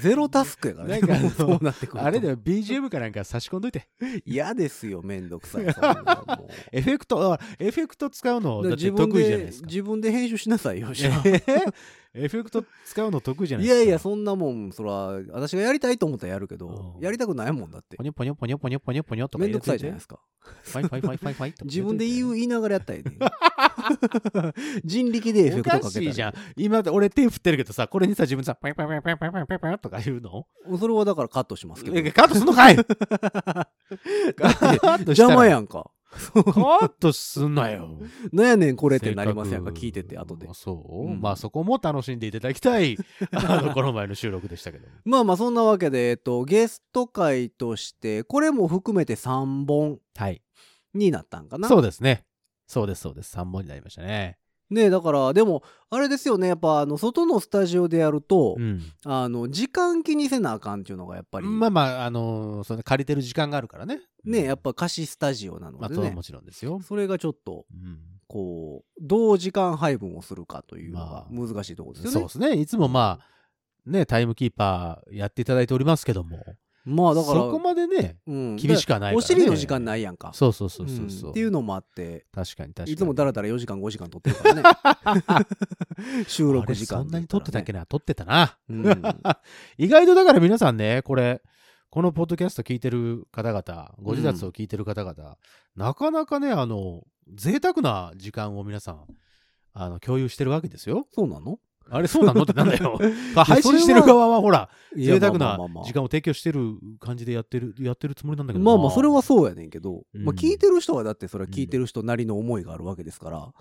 [SPEAKER 5] ゼロタスクやからね
[SPEAKER 6] なんかあの
[SPEAKER 5] もうそうなってくると
[SPEAKER 6] あれだよ、BGM かなんか差し込んどいて。
[SPEAKER 5] 嫌ですよめんどくさいそんなもう
[SPEAKER 6] エフェクト、あエフェクト使うの、
[SPEAKER 5] だか
[SPEAKER 6] だ
[SPEAKER 5] ら
[SPEAKER 6] って
[SPEAKER 5] 自分
[SPEAKER 6] 得意じゃない
[SPEAKER 5] で
[SPEAKER 6] ですか。
[SPEAKER 5] 自分で編集しなさいよ。じ
[SPEAKER 6] え
[SPEAKER 5] ゃあ
[SPEAKER 6] ーエフェクト使うの得意じゃない
[SPEAKER 5] い
[SPEAKER 6] ですか。
[SPEAKER 5] やいや、そんなもん、そら、私がやりたいと思ったらやるけど
[SPEAKER 6] う、ん
[SPEAKER 5] やりたくないもんだって
[SPEAKER 6] ポ。ニョポニョポニョポニョポニョポニョとか
[SPEAKER 5] めん
[SPEAKER 6] 入
[SPEAKER 5] ど
[SPEAKER 6] れ
[SPEAKER 5] く
[SPEAKER 6] と
[SPEAKER 5] さ
[SPEAKER 6] い
[SPEAKER 5] いじゃ
[SPEAKER 6] て
[SPEAKER 5] ないですか。
[SPEAKER 6] ファイファイファイファイファイとか入れといて
[SPEAKER 5] 自分で言う、言いながらやったらええ ねん人力でエフェクトか
[SPEAKER 6] おか
[SPEAKER 5] けた
[SPEAKER 6] しい
[SPEAKER 5] ら
[SPEAKER 6] じゃん。今、俺手振ってるけどさ、これにさ、自分さ、パイパイパイパイパイパイパイパイとか言うの
[SPEAKER 5] それはだからカットしますけど。
[SPEAKER 6] えカットすんのかいカットした
[SPEAKER 5] 邪
[SPEAKER 6] ら
[SPEAKER 5] 魔やんか。
[SPEAKER 6] カットすんなよ。
[SPEAKER 5] なんやねんこ
[SPEAKER 6] こ
[SPEAKER 5] れってなりませんか聞いてて後で。
[SPEAKER 6] そう、
[SPEAKER 5] うん
[SPEAKER 6] まあそこも楽しんでいただきた い、あの、この前の収録でしたけど。
[SPEAKER 5] まあまあそんなわけで、えっと、ゲスト会として、これも含めて3本
[SPEAKER 6] はい。
[SPEAKER 5] になったんかな。
[SPEAKER 6] そうですね。そうです、そうです。3本になりましたね。
[SPEAKER 5] ねえだからでもあれですよねやっぱあの外のスタジオでやると、
[SPEAKER 6] うん。
[SPEAKER 5] あの時間気にせなあかんっていうのがやっぱり、
[SPEAKER 6] まあまあ、あのーその借りてる時間があるからね。
[SPEAKER 5] ねやっぱ貸しスタジオな
[SPEAKER 6] ま
[SPEAKER 5] の
[SPEAKER 6] あ、
[SPEAKER 5] で
[SPEAKER 6] それは
[SPEAKER 5] ね、
[SPEAKER 6] もちろんですよ。
[SPEAKER 5] それがちょっと
[SPEAKER 6] うん。
[SPEAKER 5] こうどう時間配分をするかというのが
[SPEAKER 6] まあ
[SPEAKER 5] 難しいところですよね
[SPEAKER 6] そうで、すね。いつもまあ、ね、タイムキーパーやっていただいておりますけども、
[SPEAKER 5] まあだから
[SPEAKER 6] そこまでね、
[SPEAKER 5] うん
[SPEAKER 6] 厳しくはないから、ね。
[SPEAKER 5] お尻の時間ないやんか
[SPEAKER 6] そうそうそうそう
[SPEAKER 5] う
[SPEAKER 6] そ
[SPEAKER 5] ん
[SPEAKER 6] う。
[SPEAKER 5] っていうのもあって
[SPEAKER 6] 確かに確かに。
[SPEAKER 5] いつもだらだら4時間5時間撮ってるからね 収
[SPEAKER 6] 収
[SPEAKER 5] 録時間
[SPEAKER 6] そんなに撮ってたっけ
[SPEAKER 5] な、
[SPEAKER 6] な、撮ってたな。
[SPEAKER 5] うん、
[SPEAKER 6] 意外とだから皆さんね、これ、このポッドキャスト聞いてる方々、ご自立を聞いてる方々、なかなかね、あの、贅沢な時間を皆さん、あの、共有してるわけですよ。
[SPEAKER 5] そうなの
[SPEAKER 6] あれそうなのってなんだよ。 配信してる側はほら、
[SPEAKER 5] いや
[SPEAKER 6] 贅沢
[SPEAKER 5] ま
[SPEAKER 6] な
[SPEAKER 5] あまあまあまあ
[SPEAKER 6] 時間を提供してる感じでやってる、やってるつもりなんだけどな
[SPEAKER 5] まあまあそれはそうやねんけど、
[SPEAKER 6] うん
[SPEAKER 5] まあ、聞いてる人はだってそれは聞いてる人なりの思いがあるわけですから、
[SPEAKER 6] あ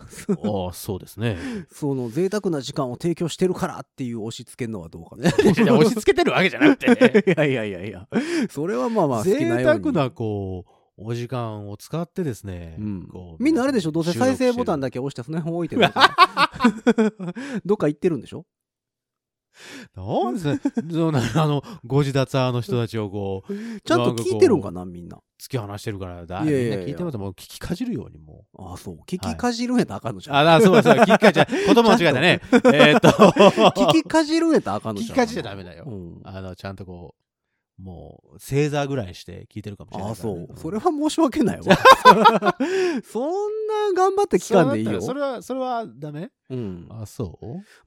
[SPEAKER 6] あ、そうですね。
[SPEAKER 5] その贅沢な時間を提供してるからっていう押し付けるのはどうかない
[SPEAKER 6] いや押し付けてるわけじゃなくて。
[SPEAKER 5] やいやいやいやそれはまあ まあ好き
[SPEAKER 6] 贅
[SPEAKER 5] なように
[SPEAKER 6] 沢な、こう、お時間を使ってですね。
[SPEAKER 5] うん
[SPEAKER 6] こ、う
[SPEAKER 5] みんなあれでしょどうせ再生ボタンだ
[SPEAKER 6] け。
[SPEAKER 5] け押してその辺置いてるから どっか行ってるんでしょ
[SPEAKER 6] なん ですねそうなあの、ご自立派の人たちをこう、
[SPEAKER 5] ちゃんと聞いてるんかなみんな
[SPEAKER 6] 突き放してるから、だ
[SPEAKER 5] いやい
[SPEAKER 6] み
[SPEAKER 5] やい
[SPEAKER 6] ん
[SPEAKER 5] や
[SPEAKER 6] な聞いてますもう聞きかじるようにもう。
[SPEAKER 5] ああそう聞きかじるんやったらあかんのじゃん、
[SPEAKER 6] あ、だそ うそう、聞きかじゃ、言葉間違えたね。えーっと、
[SPEAKER 5] 聞きかじるんやったらあかんの
[SPEAKER 6] 聞
[SPEAKER 5] じ
[SPEAKER 6] き
[SPEAKER 5] ゃん
[SPEAKER 6] かじじゃダメだよ。
[SPEAKER 5] うん
[SPEAKER 6] あの、ちゃんとこう、もう、正座ぐらいして聞いてるかもしれ
[SPEAKER 5] あ
[SPEAKER 6] な
[SPEAKER 5] あ
[SPEAKER 6] いから
[SPEAKER 5] そ
[SPEAKER 6] ね、
[SPEAKER 5] うそれは申し訳 ないわそんな頑張って聞かんでいいよ
[SPEAKER 6] そうなったらそれは、それはダメ
[SPEAKER 5] うん、
[SPEAKER 6] あ、そ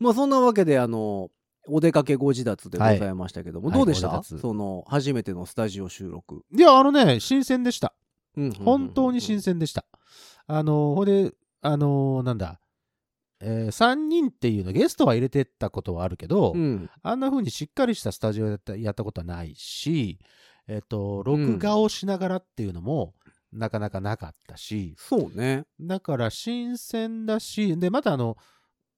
[SPEAKER 6] う
[SPEAKER 5] まあそんなわけであのお出かけご自立でございましたけども、
[SPEAKER 6] はい
[SPEAKER 5] どうでした、
[SPEAKER 6] はいご自立
[SPEAKER 5] その初めてのスタジオ収録、
[SPEAKER 6] いや、あのね、新鮮でした。
[SPEAKER 5] うん
[SPEAKER 6] 本当に新鮮でした。あの、ほんで、あの、なんだ、えー3人っていうのゲストは入れてったことはあるけど、
[SPEAKER 5] うん。
[SPEAKER 6] あんな風にしっかりしたスタジオやったやったことはないし、えっと、録画をしながらっていうのも、なかなかなかったし、
[SPEAKER 5] そうね。
[SPEAKER 6] だから新鮮だし、で、またあの、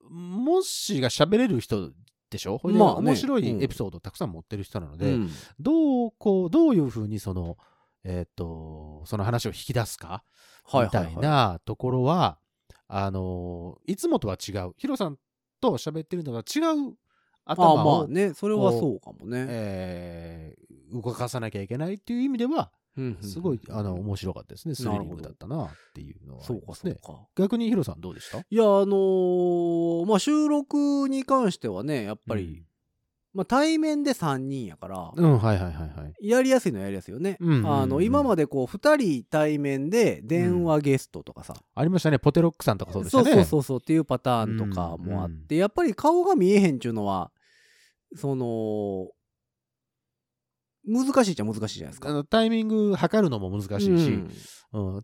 [SPEAKER 6] モッシーが喋れる人でしょほいで
[SPEAKER 5] まあね
[SPEAKER 6] 面白
[SPEAKER 5] うん
[SPEAKER 6] いエピソードをたくさん持ってる人なので、
[SPEAKER 5] うん
[SPEAKER 6] どう、こう、どういう風にその、えっと、その話を引き出すか、
[SPEAKER 5] はい
[SPEAKER 6] みた
[SPEAKER 5] はい
[SPEAKER 6] い
[SPEAKER 5] はい。
[SPEAKER 6] なところは、あのーいつもとは違う。ヒロさんと喋ってるのが違う頭
[SPEAKER 5] あ
[SPEAKER 6] を
[SPEAKER 5] あ、まあね。それはそうかもね。
[SPEAKER 6] えー動かさなきゃいけないっていう意味では、
[SPEAKER 5] うん
[SPEAKER 6] すごい、あの、面白かったですね。スリリ
[SPEAKER 5] な
[SPEAKER 6] ン
[SPEAKER 5] るほ
[SPEAKER 6] グ
[SPEAKER 5] ど
[SPEAKER 6] だったなっていうのはあ
[SPEAKER 5] そう
[SPEAKER 6] り
[SPEAKER 5] か、
[SPEAKER 6] ます
[SPEAKER 5] そう
[SPEAKER 6] ね。
[SPEAKER 5] か。
[SPEAKER 6] 逆にヒロさんどうでしたやっ
[SPEAKER 5] いや、あのーまあ、収録に関してはね、やっぱり、、まあ、対面で3人やから、
[SPEAKER 6] うん、うんはいはいはいはい。
[SPEAKER 5] やりやすいのはやりやすいよね。
[SPEAKER 6] うんうんうん
[SPEAKER 5] あの、今までこう、2人対面で電話ゲストとかさ、
[SPEAKER 6] ありましたね。ポテロックさんとかそうでし
[SPEAKER 5] そ
[SPEAKER 6] た
[SPEAKER 5] う
[SPEAKER 6] ね。
[SPEAKER 5] そうそうそうっていうパターンとかもあって、
[SPEAKER 6] う
[SPEAKER 5] やっぱり顔が見えへんちゅうのは、その、難しいっちゃ難しいじゃないです
[SPEAKER 6] あ
[SPEAKER 5] か。
[SPEAKER 6] のタイミング測るのも難しいし、うん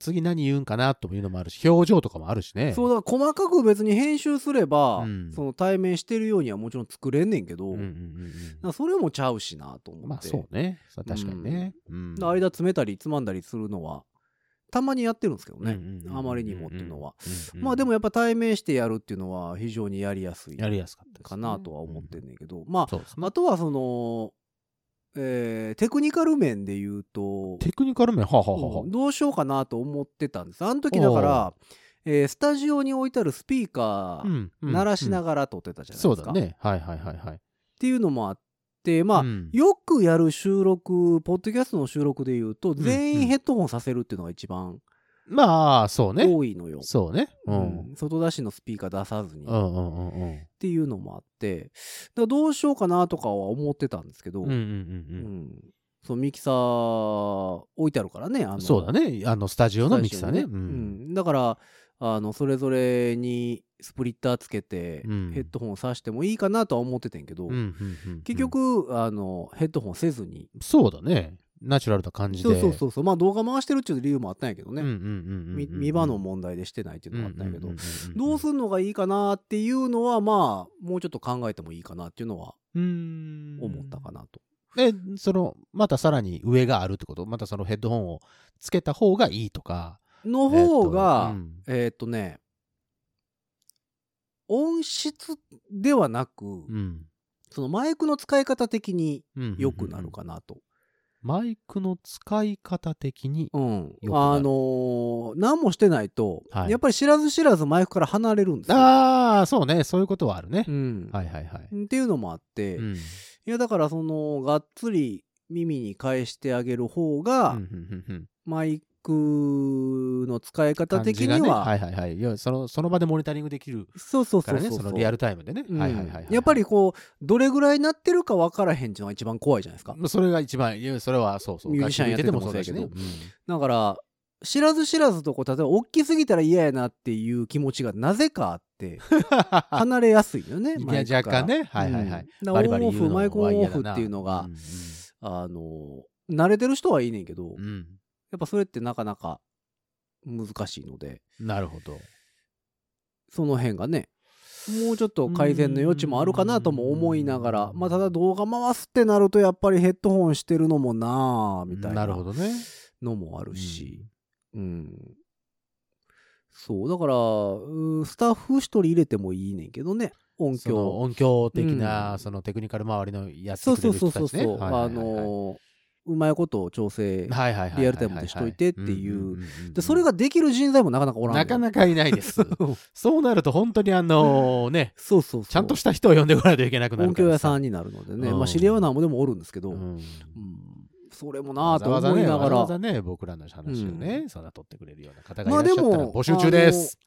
[SPEAKER 6] 次何言うんかなというのもあるし、表情とかもあるし
[SPEAKER 5] うん
[SPEAKER 6] ね。
[SPEAKER 5] そうだから細かく別に編集すれば、
[SPEAKER 6] うん
[SPEAKER 5] その対面してるようにはもちろん作れんねんけど、
[SPEAKER 6] うんうん
[SPEAKER 5] だ
[SPEAKER 6] う
[SPEAKER 5] か
[SPEAKER 6] ん
[SPEAKER 5] らそれもちゃうしなと
[SPEAKER 6] うん。
[SPEAKER 5] 思
[SPEAKER 6] まあ
[SPEAKER 5] って、
[SPEAKER 6] そうね。それは確かにね。うん
[SPEAKER 5] 間詰めたりつまんだりするのはたまにやってるんですけどね、
[SPEAKER 6] うんうんうんうん
[SPEAKER 5] あまりにもっていうのは、
[SPEAKER 6] うんうん
[SPEAKER 5] まあでもやっぱ対面してやるっていうのは非常にやりやすい
[SPEAKER 6] やりやすかったです
[SPEAKER 5] かなとは思ってんねんけど、ま
[SPEAKER 6] そうです
[SPEAKER 5] あ
[SPEAKER 6] ね
[SPEAKER 5] あ。とはその、えーテクニカル面で言うと、
[SPEAKER 6] テクニカル面、はあ、はあはあは
[SPEAKER 5] う
[SPEAKER 6] あ
[SPEAKER 5] んどうしようかなと思ってたんですあの時だから、えースタジオに置いてあるスピーカー
[SPEAKER 6] ん
[SPEAKER 5] 鳴らしな
[SPEAKER 6] が
[SPEAKER 5] がら撮ってたじゃないですか、
[SPEAKER 6] そうだね。はいはいはいはい。
[SPEAKER 5] っていうのもあってまあ、
[SPEAKER 6] うん
[SPEAKER 5] よくやる収録ポッドキャストの収録で言うと
[SPEAKER 6] ん
[SPEAKER 5] 全員ヘッドホンさせるっていうのが一番
[SPEAKER 6] まあ、そうね。
[SPEAKER 5] 多いのよ、
[SPEAKER 6] そうね。うん。
[SPEAKER 5] うん外出しのスピーカー出さずに
[SPEAKER 6] う
[SPEAKER 5] っ
[SPEAKER 6] んうんうんうん。
[SPEAKER 5] ていうのもあってだからどうしようかなとかは思ってたんですけど、
[SPEAKER 6] うんうん
[SPEAKER 5] う
[SPEAKER 6] うん
[SPEAKER 5] んそうミキサー置いてあるからねあ
[SPEAKER 6] う
[SPEAKER 5] の
[SPEAKER 6] ん。そうだね。あの、スタジオのミキサーね。
[SPEAKER 5] 最
[SPEAKER 6] う
[SPEAKER 5] 初に
[SPEAKER 6] ん。
[SPEAKER 5] うんだからあのそれぞれにスプリッターつけて
[SPEAKER 6] うん
[SPEAKER 5] ヘッドホンさしてもいいかなとは思っててんけど、
[SPEAKER 6] うんうんうんうん
[SPEAKER 5] 結、局あのヘッドホンせずに
[SPEAKER 6] そうだね。ナチュラルな感じで。
[SPEAKER 5] そうそうそうそうまあ動画回してるっていう理由もあったんやけど
[SPEAKER 6] う
[SPEAKER 5] ね、
[SPEAKER 6] んうんうんうん。
[SPEAKER 5] み見場の問題でしてないっていうのもあったんやけど、
[SPEAKER 6] うんうんうんん
[SPEAKER 5] どうすんのがいいかなっていうのはまあもうちょっと考えてもいいかなっていうのは
[SPEAKER 6] うーん
[SPEAKER 5] 思ったかなと、
[SPEAKER 6] で、その、またさらに上があるってことまたそのヘッドホンをつけた方がいいとか。
[SPEAKER 5] の方が
[SPEAKER 6] えーとうん
[SPEAKER 5] えーっと,、ね音質ではなく、
[SPEAKER 6] うん
[SPEAKER 5] そのマイクの使い方的に
[SPEAKER 6] うんうんうんうん
[SPEAKER 5] 良くなるかなと。
[SPEAKER 6] マイクの使い方的に。
[SPEAKER 5] うん
[SPEAKER 6] 良くなる
[SPEAKER 5] あのー何もしてないと、
[SPEAKER 6] はい
[SPEAKER 5] やっぱり知らず知らずマイクから離れるんですよ。
[SPEAKER 6] ああ、そうね。そういうことはあるね
[SPEAKER 5] う。ん
[SPEAKER 6] はいはいはい。
[SPEAKER 5] っていうのもあって、
[SPEAKER 6] うん
[SPEAKER 5] いやだからそのがっつり耳に返してあげる方が、
[SPEAKER 6] うんうんうんうん
[SPEAKER 5] マイクの使い方的には、
[SPEAKER 6] 感じがねはいはいはいいや。そのその場でモニタリングできる
[SPEAKER 5] そうそう
[SPEAKER 6] か
[SPEAKER 5] そう
[SPEAKER 6] らね、
[SPEAKER 5] そう
[SPEAKER 6] そのリアルタイムでね。
[SPEAKER 5] うん
[SPEAKER 6] はいはいはいはい。
[SPEAKER 5] やっぱりこうどれぐらいなってるか分からへんっていうのが一番怖いじゃないですか。
[SPEAKER 6] それが一番、いやそれはそうそう。
[SPEAKER 5] ミュージシャンやってても
[SPEAKER 6] 楽器弾い
[SPEAKER 5] そうだけだから知らず知らずとこう例えば大きすぎたら嫌やなっていう気持ちがなぜかあ って
[SPEAKER 6] うん
[SPEAKER 5] 離れやすいよね
[SPEAKER 6] いや
[SPEAKER 5] マイクから
[SPEAKER 6] 若干ねはいはいはい
[SPEAKER 5] うんだ
[SPEAKER 6] バ
[SPEAKER 5] から
[SPEAKER 6] リバ
[SPEAKER 5] オ
[SPEAKER 6] リ
[SPEAKER 5] ンオフマイクオ
[SPEAKER 6] は
[SPEAKER 5] ンオ
[SPEAKER 6] 嫌だ
[SPEAKER 5] フ
[SPEAKER 6] な
[SPEAKER 5] っていうのが
[SPEAKER 6] うん
[SPEAKER 5] あの慣れてる人はいいねんけど、
[SPEAKER 6] う
[SPEAKER 5] やっ
[SPEAKER 6] ん
[SPEAKER 5] ぱそれってなかなか難しいので
[SPEAKER 6] うんなるほど。
[SPEAKER 5] その辺がねもうちょっと改善の余地もあるかなとも思いながら
[SPEAKER 6] うん
[SPEAKER 5] まあただ動画回すってなるとやっぱりヘッドホンしてるのもなあみたい
[SPEAKER 6] な
[SPEAKER 5] な
[SPEAKER 6] るほどね。
[SPEAKER 5] のもあるし、うん。そう、だから、うんスタッフ一人入れてもいいねんけどね、音
[SPEAKER 6] その
[SPEAKER 5] 響。
[SPEAKER 6] 音響的な、
[SPEAKER 5] うん
[SPEAKER 6] そのテクニカル周りのやつ
[SPEAKER 5] そう
[SPEAKER 6] く
[SPEAKER 5] そ
[SPEAKER 6] れ
[SPEAKER 5] う
[SPEAKER 6] る
[SPEAKER 5] そうそ
[SPEAKER 6] 人
[SPEAKER 5] う
[SPEAKER 6] たち
[SPEAKER 5] そ
[SPEAKER 6] ね。
[SPEAKER 5] う。あのー、うまいことを調整。
[SPEAKER 6] はいはいはいはいはいはい
[SPEAKER 5] リアルタイムでしといてっていう
[SPEAKER 6] うんうんうんうん
[SPEAKER 5] で、それができる人材もなかなかおらんね。
[SPEAKER 6] なんかなかいな いです。
[SPEAKER 5] そう
[SPEAKER 6] そうなると本当にあのね、
[SPEAKER 5] そうそう。
[SPEAKER 6] ちゃんとした人を呼んでこないといけなくなる
[SPEAKER 5] 音
[SPEAKER 6] から
[SPEAKER 5] 響屋さんになるのでね、
[SPEAKER 6] うん
[SPEAKER 5] まあ知り合いは何もでもおるんですけど、
[SPEAKER 6] う
[SPEAKER 5] うん
[SPEAKER 6] ん
[SPEAKER 5] それもなあと思いな
[SPEAKER 6] わ
[SPEAKER 5] が
[SPEAKER 6] ざわ
[SPEAKER 5] ら、
[SPEAKER 6] ざね、僕らの話をね、
[SPEAKER 5] う
[SPEAKER 6] そんな取ってくれるような方がいらっしゃったら募集中です。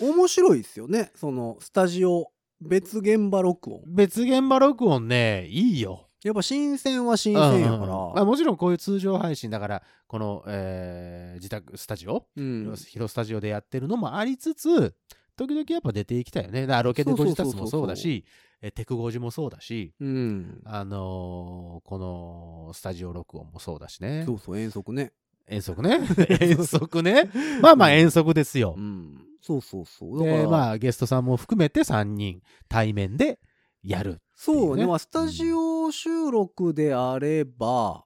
[SPEAKER 5] 面白いですよね、そのスタジオ、別現場録音。
[SPEAKER 6] 別現場録音ね、いいよ。
[SPEAKER 5] やっぱ新鮮は新鮮やから、
[SPEAKER 6] うんまあ、もちろんこういう通常配信だから、この、えー自宅、スタジオ、
[SPEAKER 5] うん
[SPEAKER 6] 広スタジオでやってるのもありつつ、時々やっぱ出ていきたいよね。だからロケでご自宅もそうだ
[SPEAKER 5] そうそう
[SPEAKER 6] し、えテクゴジもそうだし、
[SPEAKER 5] うん。
[SPEAKER 6] あのーこのスタジオ録音もそうだし ね
[SPEAKER 5] そ。うそう、遠足ね。
[SPEAKER 6] 遠足ね。遠足ね。まあまあ遠足ですよ。
[SPEAKER 5] うん。そうそうそう。だから、
[SPEAKER 6] で、まあ、ゲストさんも含めて3人対面でやる。
[SPEAKER 5] そうね。
[SPEAKER 6] ね
[SPEAKER 5] まあ、スタジオ収録であれば、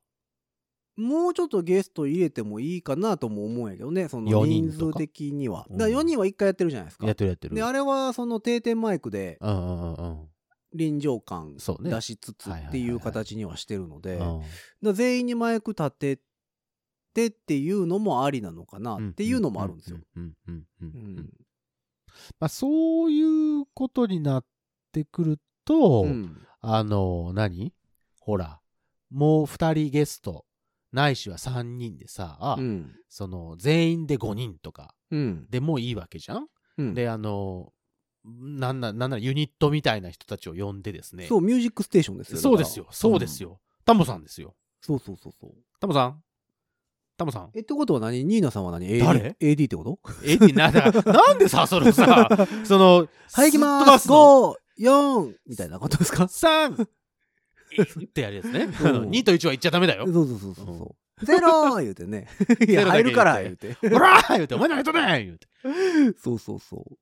[SPEAKER 5] もうちょっとゲスト入れてもいいかなとも思うんやけどね、その
[SPEAKER 6] 四人
[SPEAKER 5] 人
[SPEAKER 6] とか
[SPEAKER 5] 数的には。
[SPEAKER 6] うん
[SPEAKER 5] だから4人は1回やってるじゃないですか
[SPEAKER 6] やっ。てるやってる。
[SPEAKER 5] で、あれはその定点マイクで
[SPEAKER 6] うんうんうんうん。
[SPEAKER 5] 臨場感
[SPEAKER 6] そうね。
[SPEAKER 5] 出しつつっていう形にはしてるので、
[SPEAKER 6] う
[SPEAKER 5] だか
[SPEAKER 6] ん
[SPEAKER 5] ら全員にマイク立ててっていうのもありなのかなっていうのもあるんですよ。。
[SPEAKER 6] うんうんうんうんうん
[SPEAKER 5] うん
[SPEAKER 6] まあ、そういうことになってくると、
[SPEAKER 5] うん
[SPEAKER 6] あの、何ほら、もう2人ゲスト、ないしは3人でさ、
[SPEAKER 5] うん
[SPEAKER 6] その、全員で5人とか
[SPEAKER 5] うん
[SPEAKER 6] でもいいわけじゃん、
[SPEAKER 5] うん
[SPEAKER 6] で、あの、なんな、なんならユニットみたいな人たちを呼んでですね。
[SPEAKER 5] そう、ミュージックステーションですよ。
[SPEAKER 6] そうですよ。そうです
[SPEAKER 5] よ。
[SPEAKER 6] よ。タモさんですよ。
[SPEAKER 5] そうそうそうそう。
[SPEAKER 6] タモさんタモ さん
[SPEAKER 5] え、ってことは何ニーナさんは何 AD,
[SPEAKER 6] 誰
[SPEAKER 5] ?AD ってこと
[SPEAKER 6] えな、 だからなんでさ、それ をさ、その、
[SPEAKER 5] はい、行き
[SPEAKER 6] すっ飛ば
[SPEAKER 5] ますす
[SPEAKER 6] の
[SPEAKER 5] !5、4! みたいなことですか
[SPEAKER 6] 三ってやるやつね。
[SPEAKER 5] うん
[SPEAKER 6] あの2と1は言っちゃダメだ
[SPEAKER 5] そう
[SPEAKER 6] よ。
[SPEAKER 5] そうそうそうそう。ゼロー言うてね。いや、
[SPEAKER 6] ゼロだけ
[SPEAKER 5] 入るから言うて。
[SPEAKER 6] ほらー言うて、お前何やっとんねん言うて。
[SPEAKER 5] そうそうそう。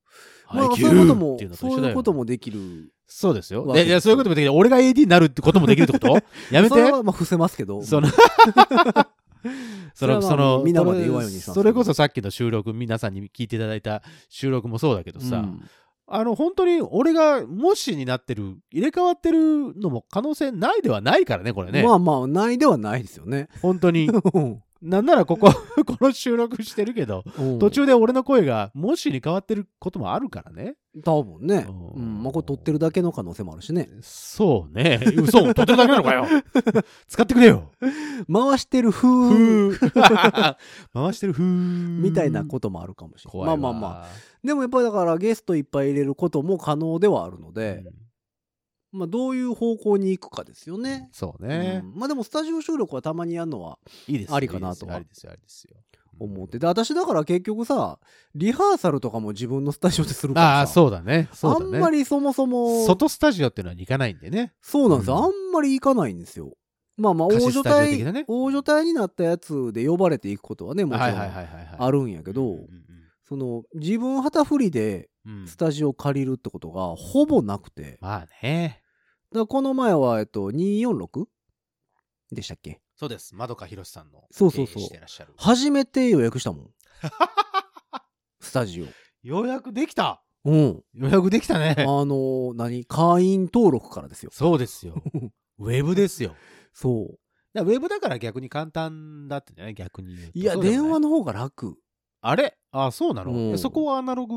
[SPEAKER 6] は
[SPEAKER 5] まあ、そう
[SPEAKER 6] キュ
[SPEAKER 5] いうこと
[SPEAKER 6] ーっ
[SPEAKER 5] も
[SPEAKER 6] ていうの、と一
[SPEAKER 5] そ
[SPEAKER 6] 緒
[SPEAKER 5] う
[SPEAKER 6] だ
[SPEAKER 5] いう
[SPEAKER 6] よ
[SPEAKER 5] こともできる。
[SPEAKER 6] そうですよ。
[SPEAKER 5] わ
[SPEAKER 6] でいや、そういうこともできる。俺が AD になるってこともできるってこと やめ
[SPEAKER 5] それ
[SPEAKER 6] て。
[SPEAKER 5] はまあ、伏せますけど。
[SPEAKER 6] その、そ
[SPEAKER 5] それは
[SPEAKER 6] の、
[SPEAKER 5] まあ
[SPEAKER 6] その、
[SPEAKER 5] みんなまで言わんようにします
[SPEAKER 6] それこそさっきの収録、皆さんに聞いていただいた収録もそうだけど
[SPEAKER 5] う
[SPEAKER 6] さ、
[SPEAKER 5] ん
[SPEAKER 6] あの、本当に俺がもしになってる、入れ替わってるのも可能性ないではないからね、これね。
[SPEAKER 5] まあまあ、ないではないですよね。
[SPEAKER 6] 本 当に。なんならここ、 この収録してるけど、
[SPEAKER 5] 途
[SPEAKER 6] 途。中で俺の声がもしに変わってることもあるからね。
[SPEAKER 5] 多分ね。
[SPEAKER 6] うん
[SPEAKER 5] うん。まあ、これ撮ってるだけの可能性もあるしね。
[SPEAKER 6] そうね。嘘、取ってるだけなの かよ。使ってくれよ。
[SPEAKER 5] 回してる
[SPEAKER 6] ふ
[SPEAKER 5] 風
[SPEAKER 6] ー。 回してるふー。み
[SPEAKER 5] みたいなこともあるかもしれない。
[SPEAKER 6] 怖い
[SPEAKER 5] ま
[SPEAKER 6] わ
[SPEAKER 5] あまあまあ。でもやっぱりだからゲストいっぱい入れることも可能ではあるの
[SPEAKER 6] う
[SPEAKER 5] で、
[SPEAKER 6] ん
[SPEAKER 5] まあ、どういう方向に行くかですよね。
[SPEAKER 6] そうね
[SPEAKER 5] う。んまあでもスタジオ収録はたまにやるのはい
[SPEAKER 6] いですよ
[SPEAKER 5] ありかなとはい
[SPEAKER 6] いですよありですよ、ありですよ。
[SPEAKER 5] 思ってて私だから結局さリハーサルとかも自分のスタジオでするからさ
[SPEAKER 6] ああ、そうだね。そうだね。
[SPEAKER 5] あんまりそもそも
[SPEAKER 6] 外スタジオっていうのは行かないんでね。
[SPEAKER 5] そうなんですよ、
[SPEAKER 6] うん
[SPEAKER 5] あんまり行かないんですよ。まあまあ
[SPEAKER 6] 貸
[SPEAKER 5] 大
[SPEAKER 6] し
[SPEAKER 5] 所
[SPEAKER 6] スタジオ
[SPEAKER 5] 帯
[SPEAKER 6] 的なね
[SPEAKER 5] 大所帯になったやつで呼ばれていくことはねもちろ
[SPEAKER 6] はい
[SPEAKER 5] ん
[SPEAKER 6] はいはいはいはい。
[SPEAKER 5] あるんやけど、
[SPEAKER 6] うん
[SPEAKER 5] その自分旗振りで
[SPEAKER 6] うんうん
[SPEAKER 5] スタジオ借りるってことがほぼなくて、だか
[SPEAKER 6] まあね。
[SPEAKER 5] らこの前はえっと 246? でしたっけ
[SPEAKER 6] そうです。まどかひろしさんの
[SPEAKER 5] そうそうそう
[SPEAKER 6] 経営してらっしゃる。
[SPEAKER 5] 初めて予約した もんスタジ
[SPEAKER 6] ようやくできた
[SPEAKER 5] オうん
[SPEAKER 6] ようやくできたね
[SPEAKER 5] あ。のー何会員登録からですよ
[SPEAKER 6] そうで すよ。ウェブですよ。
[SPEAKER 5] そう
[SPEAKER 6] だからウェブだから逆に簡単だってね、逆に言うと。
[SPEAKER 5] いや
[SPEAKER 6] そうでもな
[SPEAKER 5] 電話の方が楽
[SPEAKER 6] あれあ、そうなの、
[SPEAKER 5] うん
[SPEAKER 6] えそこはアナログ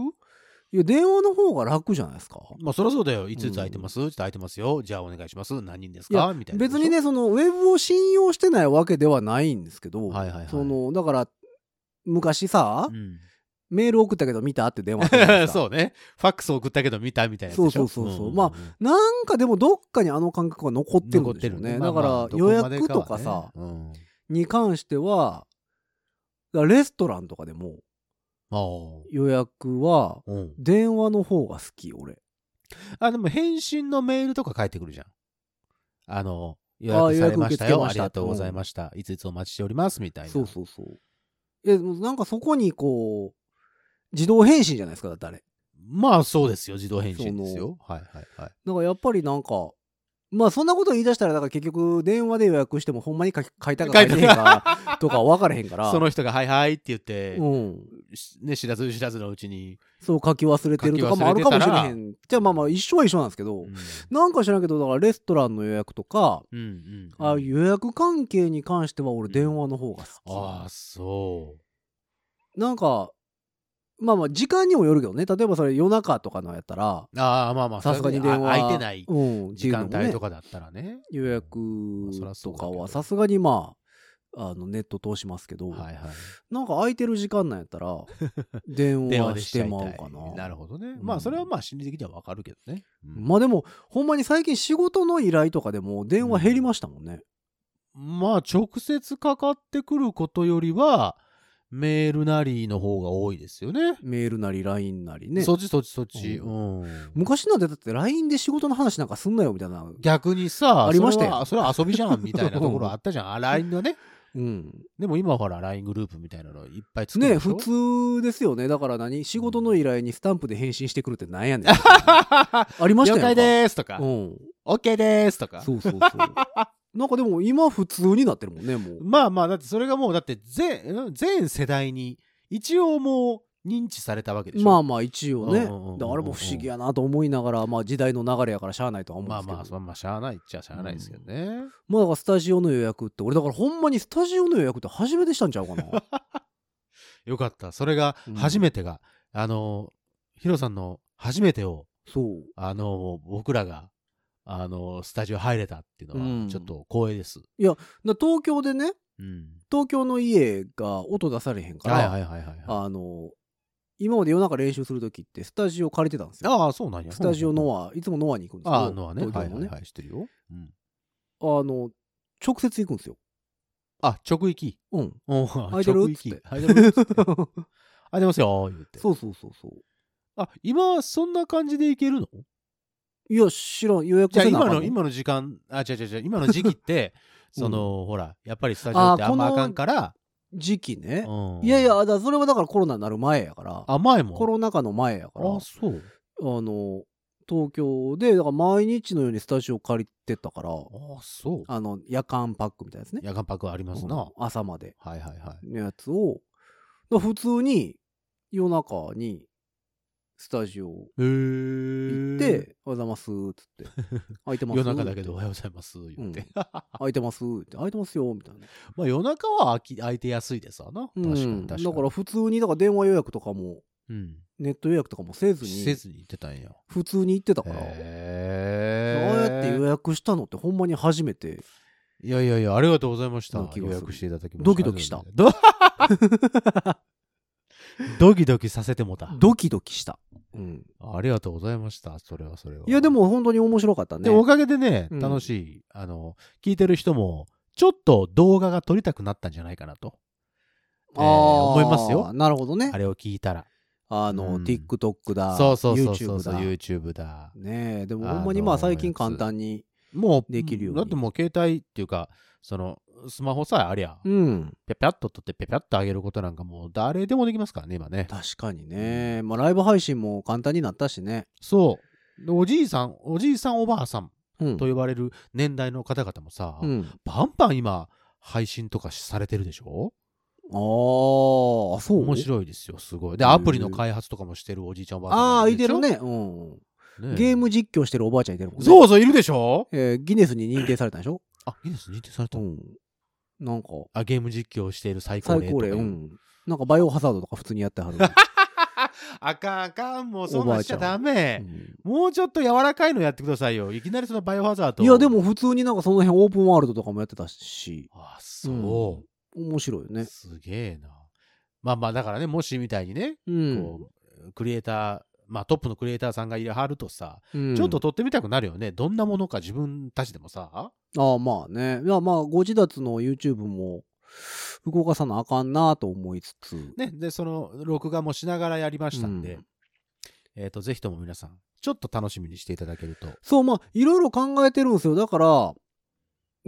[SPEAKER 5] いや電話の方が楽じゃないですか
[SPEAKER 6] まあそりゃそうだよ。いついつ空いてますちょっと空いてますよ。じゃあお願いします。何人です
[SPEAKER 5] い
[SPEAKER 6] かみたいな。
[SPEAKER 5] 別に。ねそのウェブを信用してないわけではないんですけど、
[SPEAKER 6] はいはいはい。
[SPEAKER 5] そのだから昔さ、
[SPEAKER 6] うん、
[SPEAKER 5] メール送ったけど見たって電話あったじゃないですか
[SPEAKER 6] そうね。ファックス送ったけど見たみたいなやつでしょ。
[SPEAKER 5] そうそうそうそうん
[SPEAKER 6] んん
[SPEAKER 5] まあなんかでもどっかにあの感覚が残ってる
[SPEAKER 6] 残
[SPEAKER 5] ん
[SPEAKER 6] っ
[SPEAKER 5] で
[SPEAKER 6] て
[SPEAKER 5] しょう
[SPEAKER 6] る
[SPEAKER 5] ね
[SPEAKER 6] ね。まあ
[SPEAKER 5] だから
[SPEAKER 6] まあど
[SPEAKER 5] 予
[SPEAKER 6] こまで
[SPEAKER 5] 約と
[SPEAKER 6] は
[SPEAKER 5] か
[SPEAKER 6] ね
[SPEAKER 5] さ、
[SPEAKER 6] うん
[SPEAKER 5] に関してはだからレストランとかでも
[SPEAKER 6] あー
[SPEAKER 5] 予約は
[SPEAKER 6] うん
[SPEAKER 5] 電話の方が好き俺
[SPEAKER 6] あ、でも返信のメールとか返ってくるじゃん。あの、予
[SPEAKER 5] あー
[SPEAKER 6] 約されまし
[SPEAKER 5] 予約受け
[SPEAKER 6] た
[SPEAKER 5] 付け
[SPEAKER 6] よ。
[SPEAKER 5] ま
[SPEAKER 6] あ
[SPEAKER 5] し
[SPEAKER 6] り
[SPEAKER 5] た
[SPEAKER 6] がとうございました。いついつお待ちしております。みたいな。
[SPEAKER 5] そうそうそういやでもなんかそこにこう自動返信じゃないですかだってあれ
[SPEAKER 6] まあそうですよ。自動返信ですよ。はいはいはい。
[SPEAKER 5] だからやっぱりなんかまあそんなこと言い出したらだから結局電話で予約してもほんまに書き書いたか書いてへんかとか分からへんから
[SPEAKER 6] その人が「はいはい」って言って、
[SPEAKER 5] うん、
[SPEAKER 6] しね、知らず知らずのうちに、
[SPEAKER 5] そう書き忘れてるとかもあるかもしれへんじゃあまあまあ一緒は一緒なんですけど、
[SPEAKER 6] うん
[SPEAKER 5] なんか知らんけどだからレストランの予約とか
[SPEAKER 6] うんうん
[SPEAKER 5] ああいう予約関係に関しては俺電話の方が
[SPEAKER 6] あ
[SPEAKER 5] 好
[SPEAKER 6] あそう
[SPEAKER 5] き。なんか、まあまあ時間にもよるけどね。例えばそれ夜中とかのやったら、
[SPEAKER 6] ああまあまあ
[SPEAKER 5] さすがに電話。
[SPEAKER 6] あ空いてない
[SPEAKER 5] うん、
[SPEAKER 6] 時間帯と
[SPEAKER 5] か。
[SPEAKER 6] かだったらね
[SPEAKER 5] 予約とかはさすがにまあ、あのネット通しますけど、
[SPEAKER 6] はいはい
[SPEAKER 5] なんか空いてる時間なんやった ら、電
[SPEAKER 6] 電話
[SPEAKER 5] 話
[SPEAKER 6] で
[SPEAKER 5] し
[SPEAKER 6] しち
[SPEAKER 5] て
[SPEAKER 6] ゃい
[SPEAKER 5] ま
[SPEAKER 6] た
[SPEAKER 5] う
[SPEAKER 6] い
[SPEAKER 5] かな。
[SPEAKER 6] なるほどね、
[SPEAKER 5] うん
[SPEAKER 6] まあそれはまあ心理的にはわかるけどね、うん
[SPEAKER 5] まあでも、ほんまに最近仕事の依頼とかでも電話減りましたもんね。
[SPEAKER 6] まあ直接かかってくることよりはメールなりの方が多いですよね
[SPEAKER 5] メールなり LINE なりね。
[SPEAKER 6] そっちそっちそっち、
[SPEAKER 5] う
[SPEAKER 6] うん
[SPEAKER 5] 昔なんてだって LINE で仕事の話なんかすんなよみたいな
[SPEAKER 6] 逆にさ
[SPEAKER 5] ありましたよ
[SPEAKER 6] それはそれは遊びじゃんみたいなところあったじゃんあ LINE のね
[SPEAKER 5] うん。
[SPEAKER 6] でも今はほら LINE グループみたいなのいっぱい作る
[SPEAKER 5] ね
[SPEAKER 6] でしょ
[SPEAKER 5] 普通ですよね。だから何仕事の依頼にスタンプで返信してくるってなん やねん。ありまし
[SPEAKER 6] 了
[SPEAKER 5] たよ。
[SPEAKER 6] 解でーすとか、
[SPEAKER 5] うん
[SPEAKER 6] OK でーすとか。
[SPEAKER 5] そうそうそう。 なんかでも今普通になってるもんね、もう。
[SPEAKER 6] まあまあ、だってそれがもう、だって全、ん全世代に、一応もう認知されたわけでしょ。
[SPEAKER 5] まあまあ一応ね。
[SPEAKER 6] う
[SPEAKER 5] だ
[SPEAKER 6] ん
[SPEAKER 5] か
[SPEAKER 6] うんうんうんうん
[SPEAKER 5] らあれも不思議やなと思いながら、まあ時代の流れやからしゃあないとは思うん
[SPEAKER 6] ま
[SPEAKER 5] で
[SPEAKER 6] あ
[SPEAKER 5] すけど。
[SPEAKER 6] まあ、まあまあ、しゃあないっちゃしゃあないですけどね。
[SPEAKER 5] まあだからスタジオの予約って、俺だからほんまにスタジオの予約って初めてしたんちゃうか な。
[SPEAKER 6] よかった。それが
[SPEAKER 5] うん、
[SPEAKER 6] 初めてが、あの、ヒロさんの初めてを、
[SPEAKER 5] そう。
[SPEAKER 6] あの、僕らが、あの、スタジオ入れたっていう
[SPEAKER 5] う
[SPEAKER 6] の
[SPEAKER 5] ん
[SPEAKER 6] は、ちょっと光栄です。
[SPEAKER 5] だから東京でね、
[SPEAKER 6] うん。
[SPEAKER 5] 東京の家が音出されへんから、
[SPEAKER 6] はいはいはいはいはい。
[SPEAKER 5] あの、今まで夜中練習するときってスタジオ借りてたんですよ。
[SPEAKER 6] ああ、そうなんや。
[SPEAKER 5] スタジオ
[SPEAKER 6] うんうんうん
[SPEAKER 5] ノア、いつもノアに行くんですけど、
[SPEAKER 6] ああ、ノアね。は
[SPEAKER 5] 東京
[SPEAKER 6] い
[SPEAKER 5] の
[SPEAKER 6] は
[SPEAKER 5] ね、
[SPEAKER 6] いはい、知ってるよ。うん
[SPEAKER 5] あの、直接行くんですよ。
[SPEAKER 6] あ、直撃。
[SPEAKER 5] うん。
[SPEAKER 6] うん、
[SPEAKER 5] いてる
[SPEAKER 6] 直撃
[SPEAKER 5] っつって
[SPEAKER 6] 開いてるっつって開いてますよ、言って。
[SPEAKER 5] そうそうそうそう。
[SPEAKER 6] あ、今、そんな感じでいけるの
[SPEAKER 5] いや、知らん。予約
[SPEAKER 6] じゃあ
[SPEAKER 5] せなあ
[SPEAKER 6] 今
[SPEAKER 5] かん
[SPEAKER 6] の、今の時間、あ、違う違う違う、今の時期 って、その、ほら、やっぱりスタジオ
[SPEAKER 5] あ
[SPEAKER 6] ってあんまあ
[SPEAKER 5] この
[SPEAKER 6] かんから、
[SPEAKER 5] 時期ね。
[SPEAKER 6] うん
[SPEAKER 5] いやい、や、だからそれはだからコロナになる前やから、
[SPEAKER 6] 甘いもん。
[SPEAKER 5] コロナ禍の前やから、
[SPEAKER 6] あ、そう。
[SPEAKER 5] あの、東京で、だから毎日のようにスタジオ借りてたから、
[SPEAKER 6] あ、そう。
[SPEAKER 5] あの、夜間パックみたいですね。
[SPEAKER 6] 夜間パックありますな。
[SPEAKER 5] うん朝まで
[SPEAKER 6] はいはいはい。
[SPEAKER 5] のやつを、だから普通に夜中にスタジオ
[SPEAKER 6] へ
[SPEAKER 5] 行
[SPEAKER 6] ー
[SPEAKER 5] って、おはようございます、つ って。空いてます
[SPEAKER 6] 夜中だけどおはようございます、言って。
[SPEAKER 5] 空いてます、って。空いてますよ、みたいな。
[SPEAKER 6] まあ夜中は空き空いてやすいですわな。確か
[SPEAKER 5] う
[SPEAKER 6] に
[SPEAKER 5] ん
[SPEAKER 6] 確かに。
[SPEAKER 5] だから普通に、だから電話予約とかも、
[SPEAKER 6] うん。
[SPEAKER 5] ネット予約とかもせず
[SPEAKER 6] 施
[SPEAKER 5] に、
[SPEAKER 6] 設に行ってたんや。
[SPEAKER 5] 普通に行ってたから、
[SPEAKER 6] へ
[SPEAKER 5] ああ
[SPEAKER 6] ー
[SPEAKER 5] やって予約したのってほんまに初めて。
[SPEAKER 6] いやいやいや、ありがとうございました
[SPEAKER 5] な。気が
[SPEAKER 6] 予
[SPEAKER 5] する
[SPEAKER 6] 約していただきまして
[SPEAKER 5] ドキドキした
[SPEAKER 6] ありがとうございますど ドキドキさせてもた。
[SPEAKER 5] ドキドキした。うん。
[SPEAKER 6] ありがとうございました。それはそれは。
[SPEAKER 5] いや、で、も本当に面白かったね。
[SPEAKER 6] でおかげでね、
[SPEAKER 5] うん
[SPEAKER 6] 楽しい、あの、聞いてる人も、ちょっと動画が撮りたくなったんじゃないかなと。えー
[SPEAKER 5] あー
[SPEAKER 6] 思いますよ。
[SPEAKER 5] なるほどね
[SPEAKER 6] あ。れを聞いたら。
[SPEAKER 5] あの、
[SPEAKER 6] うん
[SPEAKER 5] TikTok だ、
[SPEAKER 6] そうそうそうそう
[SPEAKER 5] YouTube
[SPEAKER 6] そう、
[SPEAKER 5] だ。
[SPEAKER 6] YouTube だ。
[SPEAKER 5] ねえ、でも
[SPEAKER 6] あの
[SPEAKER 5] ほんまにまあ最近簡単に。
[SPEAKER 6] もう、
[SPEAKER 5] できるように
[SPEAKER 6] だってもう携帯っていうか、その、スマホさえありゃ、
[SPEAKER 5] うん。
[SPEAKER 6] ぴゃぴゃっと撮ってぴゃぴゃっと上げることなんかもう誰でもできますからね、今ね。
[SPEAKER 5] 確かにね。まあライブ配信も簡単になったしね。
[SPEAKER 6] そう。でおじいさん、おじいさんおばあさん
[SPEAKER 5] うん。
[SPEAKER 6] と呼ばれる年代の方々もさ、
[SPEAKER 5] うん、
[SPEAKER 6] バンバン今、配信とかされてるでしょ
[SPEAKER 5] ああ、そう。
[SPEAKER 6] 面
[SPEAKER 5] い。
[SPEAKER 6] 白いですよ、すごい。で、
[SPEAKER 5] へー
[SPEAKER 6] アプリの開発とかもしてるおじいちゃんおばあさん
[SPEAKER 5] ああ、
[SPEAKER 6] も
[SPEAKER 5] いて
[SPEAKER 6] でし
[SPEAKER 5] る
[SPEAKER 6] ょ。
[SPEAKER 5] ね。うん。
[SPEAKER 6] ね
[SPEAKER 5] ゲーム実況してるおばあちゃんいてるもんね。
[SPEAKER 6] そうそう、いるでしょ
[SPEAKER 5] えーギネスに認定されたでしょ
[SPEAKER 6] あ、いいです、認定された
[SPEAKER 5] う。ん。なんか、
[SPEAKER 6] あ、ゲーム実況をしている最高
[SPEAKER 5] 最
[SPEAKER 6] 齢
[SPEAKER 5] 高齢。
[SPEAKER 6] と
[SPEAKER 5] う。
[SPEAKER 6] かいうん
[SPEAKER 5] なんかバイオハザードとか普通にやってはる。
[SPEAKER 6] あかんあかん、もうそ
[SPEAKER 5] お
[SPEAKER 6] ん
[SPEAKER 5] ば
[SPEAKER 6] なん
[SPEAKER 5] あ
[SPEAKER 6] しち
[SPEAKER 5] ちゃ
[SPEAKER 6] ゃ
[SPEAKER 5] ん
[SPEAKER 6] ダ
[SPEAKER 5] う
[SPEAKER 6] メ。
[SPEAKER 5] ん
[SPEAKER 6] もうちょっと柔らかいのやってくださいよ。いきなりそのバイオハザード。
[SPEAKER 5] いや、で。も普通になんかその辺オープンワールドとかもやってたし、
[SPEAKER 6] あ、そ
[SPEAKER 5] 面白いよ
[SPEAKER 6] う。
[SPEAKER 5] ね。
[SPEAKER 6] すげえな。まあまあ、だからね、もしみたいにね、
[SPEAKER 5] うん。
[SPEAKER 6] こうクリエイター、まあ、トップのクリエイターさんがいらはるとさ、
[SPEAKER 5] うん
[SPEAKER 6] ちょっと撮ってみたくなるよねどんなものか自分たちでもさ
[SPEAKER 5] ああ、まあね。いや、まあ、ご自立の YouTube も動かさなあかんなと思いつつ。
[SPEAKER 6] ねでその録画もしながらやりましたんで、
[SPEAKER 5] うん
[SPEAKER 6] えっ、とぜひとも皆さんちょっと楽しみにしていただけると
[SPEAKER 5] そう、まあ、いろいろ考えてるんですよ。だから、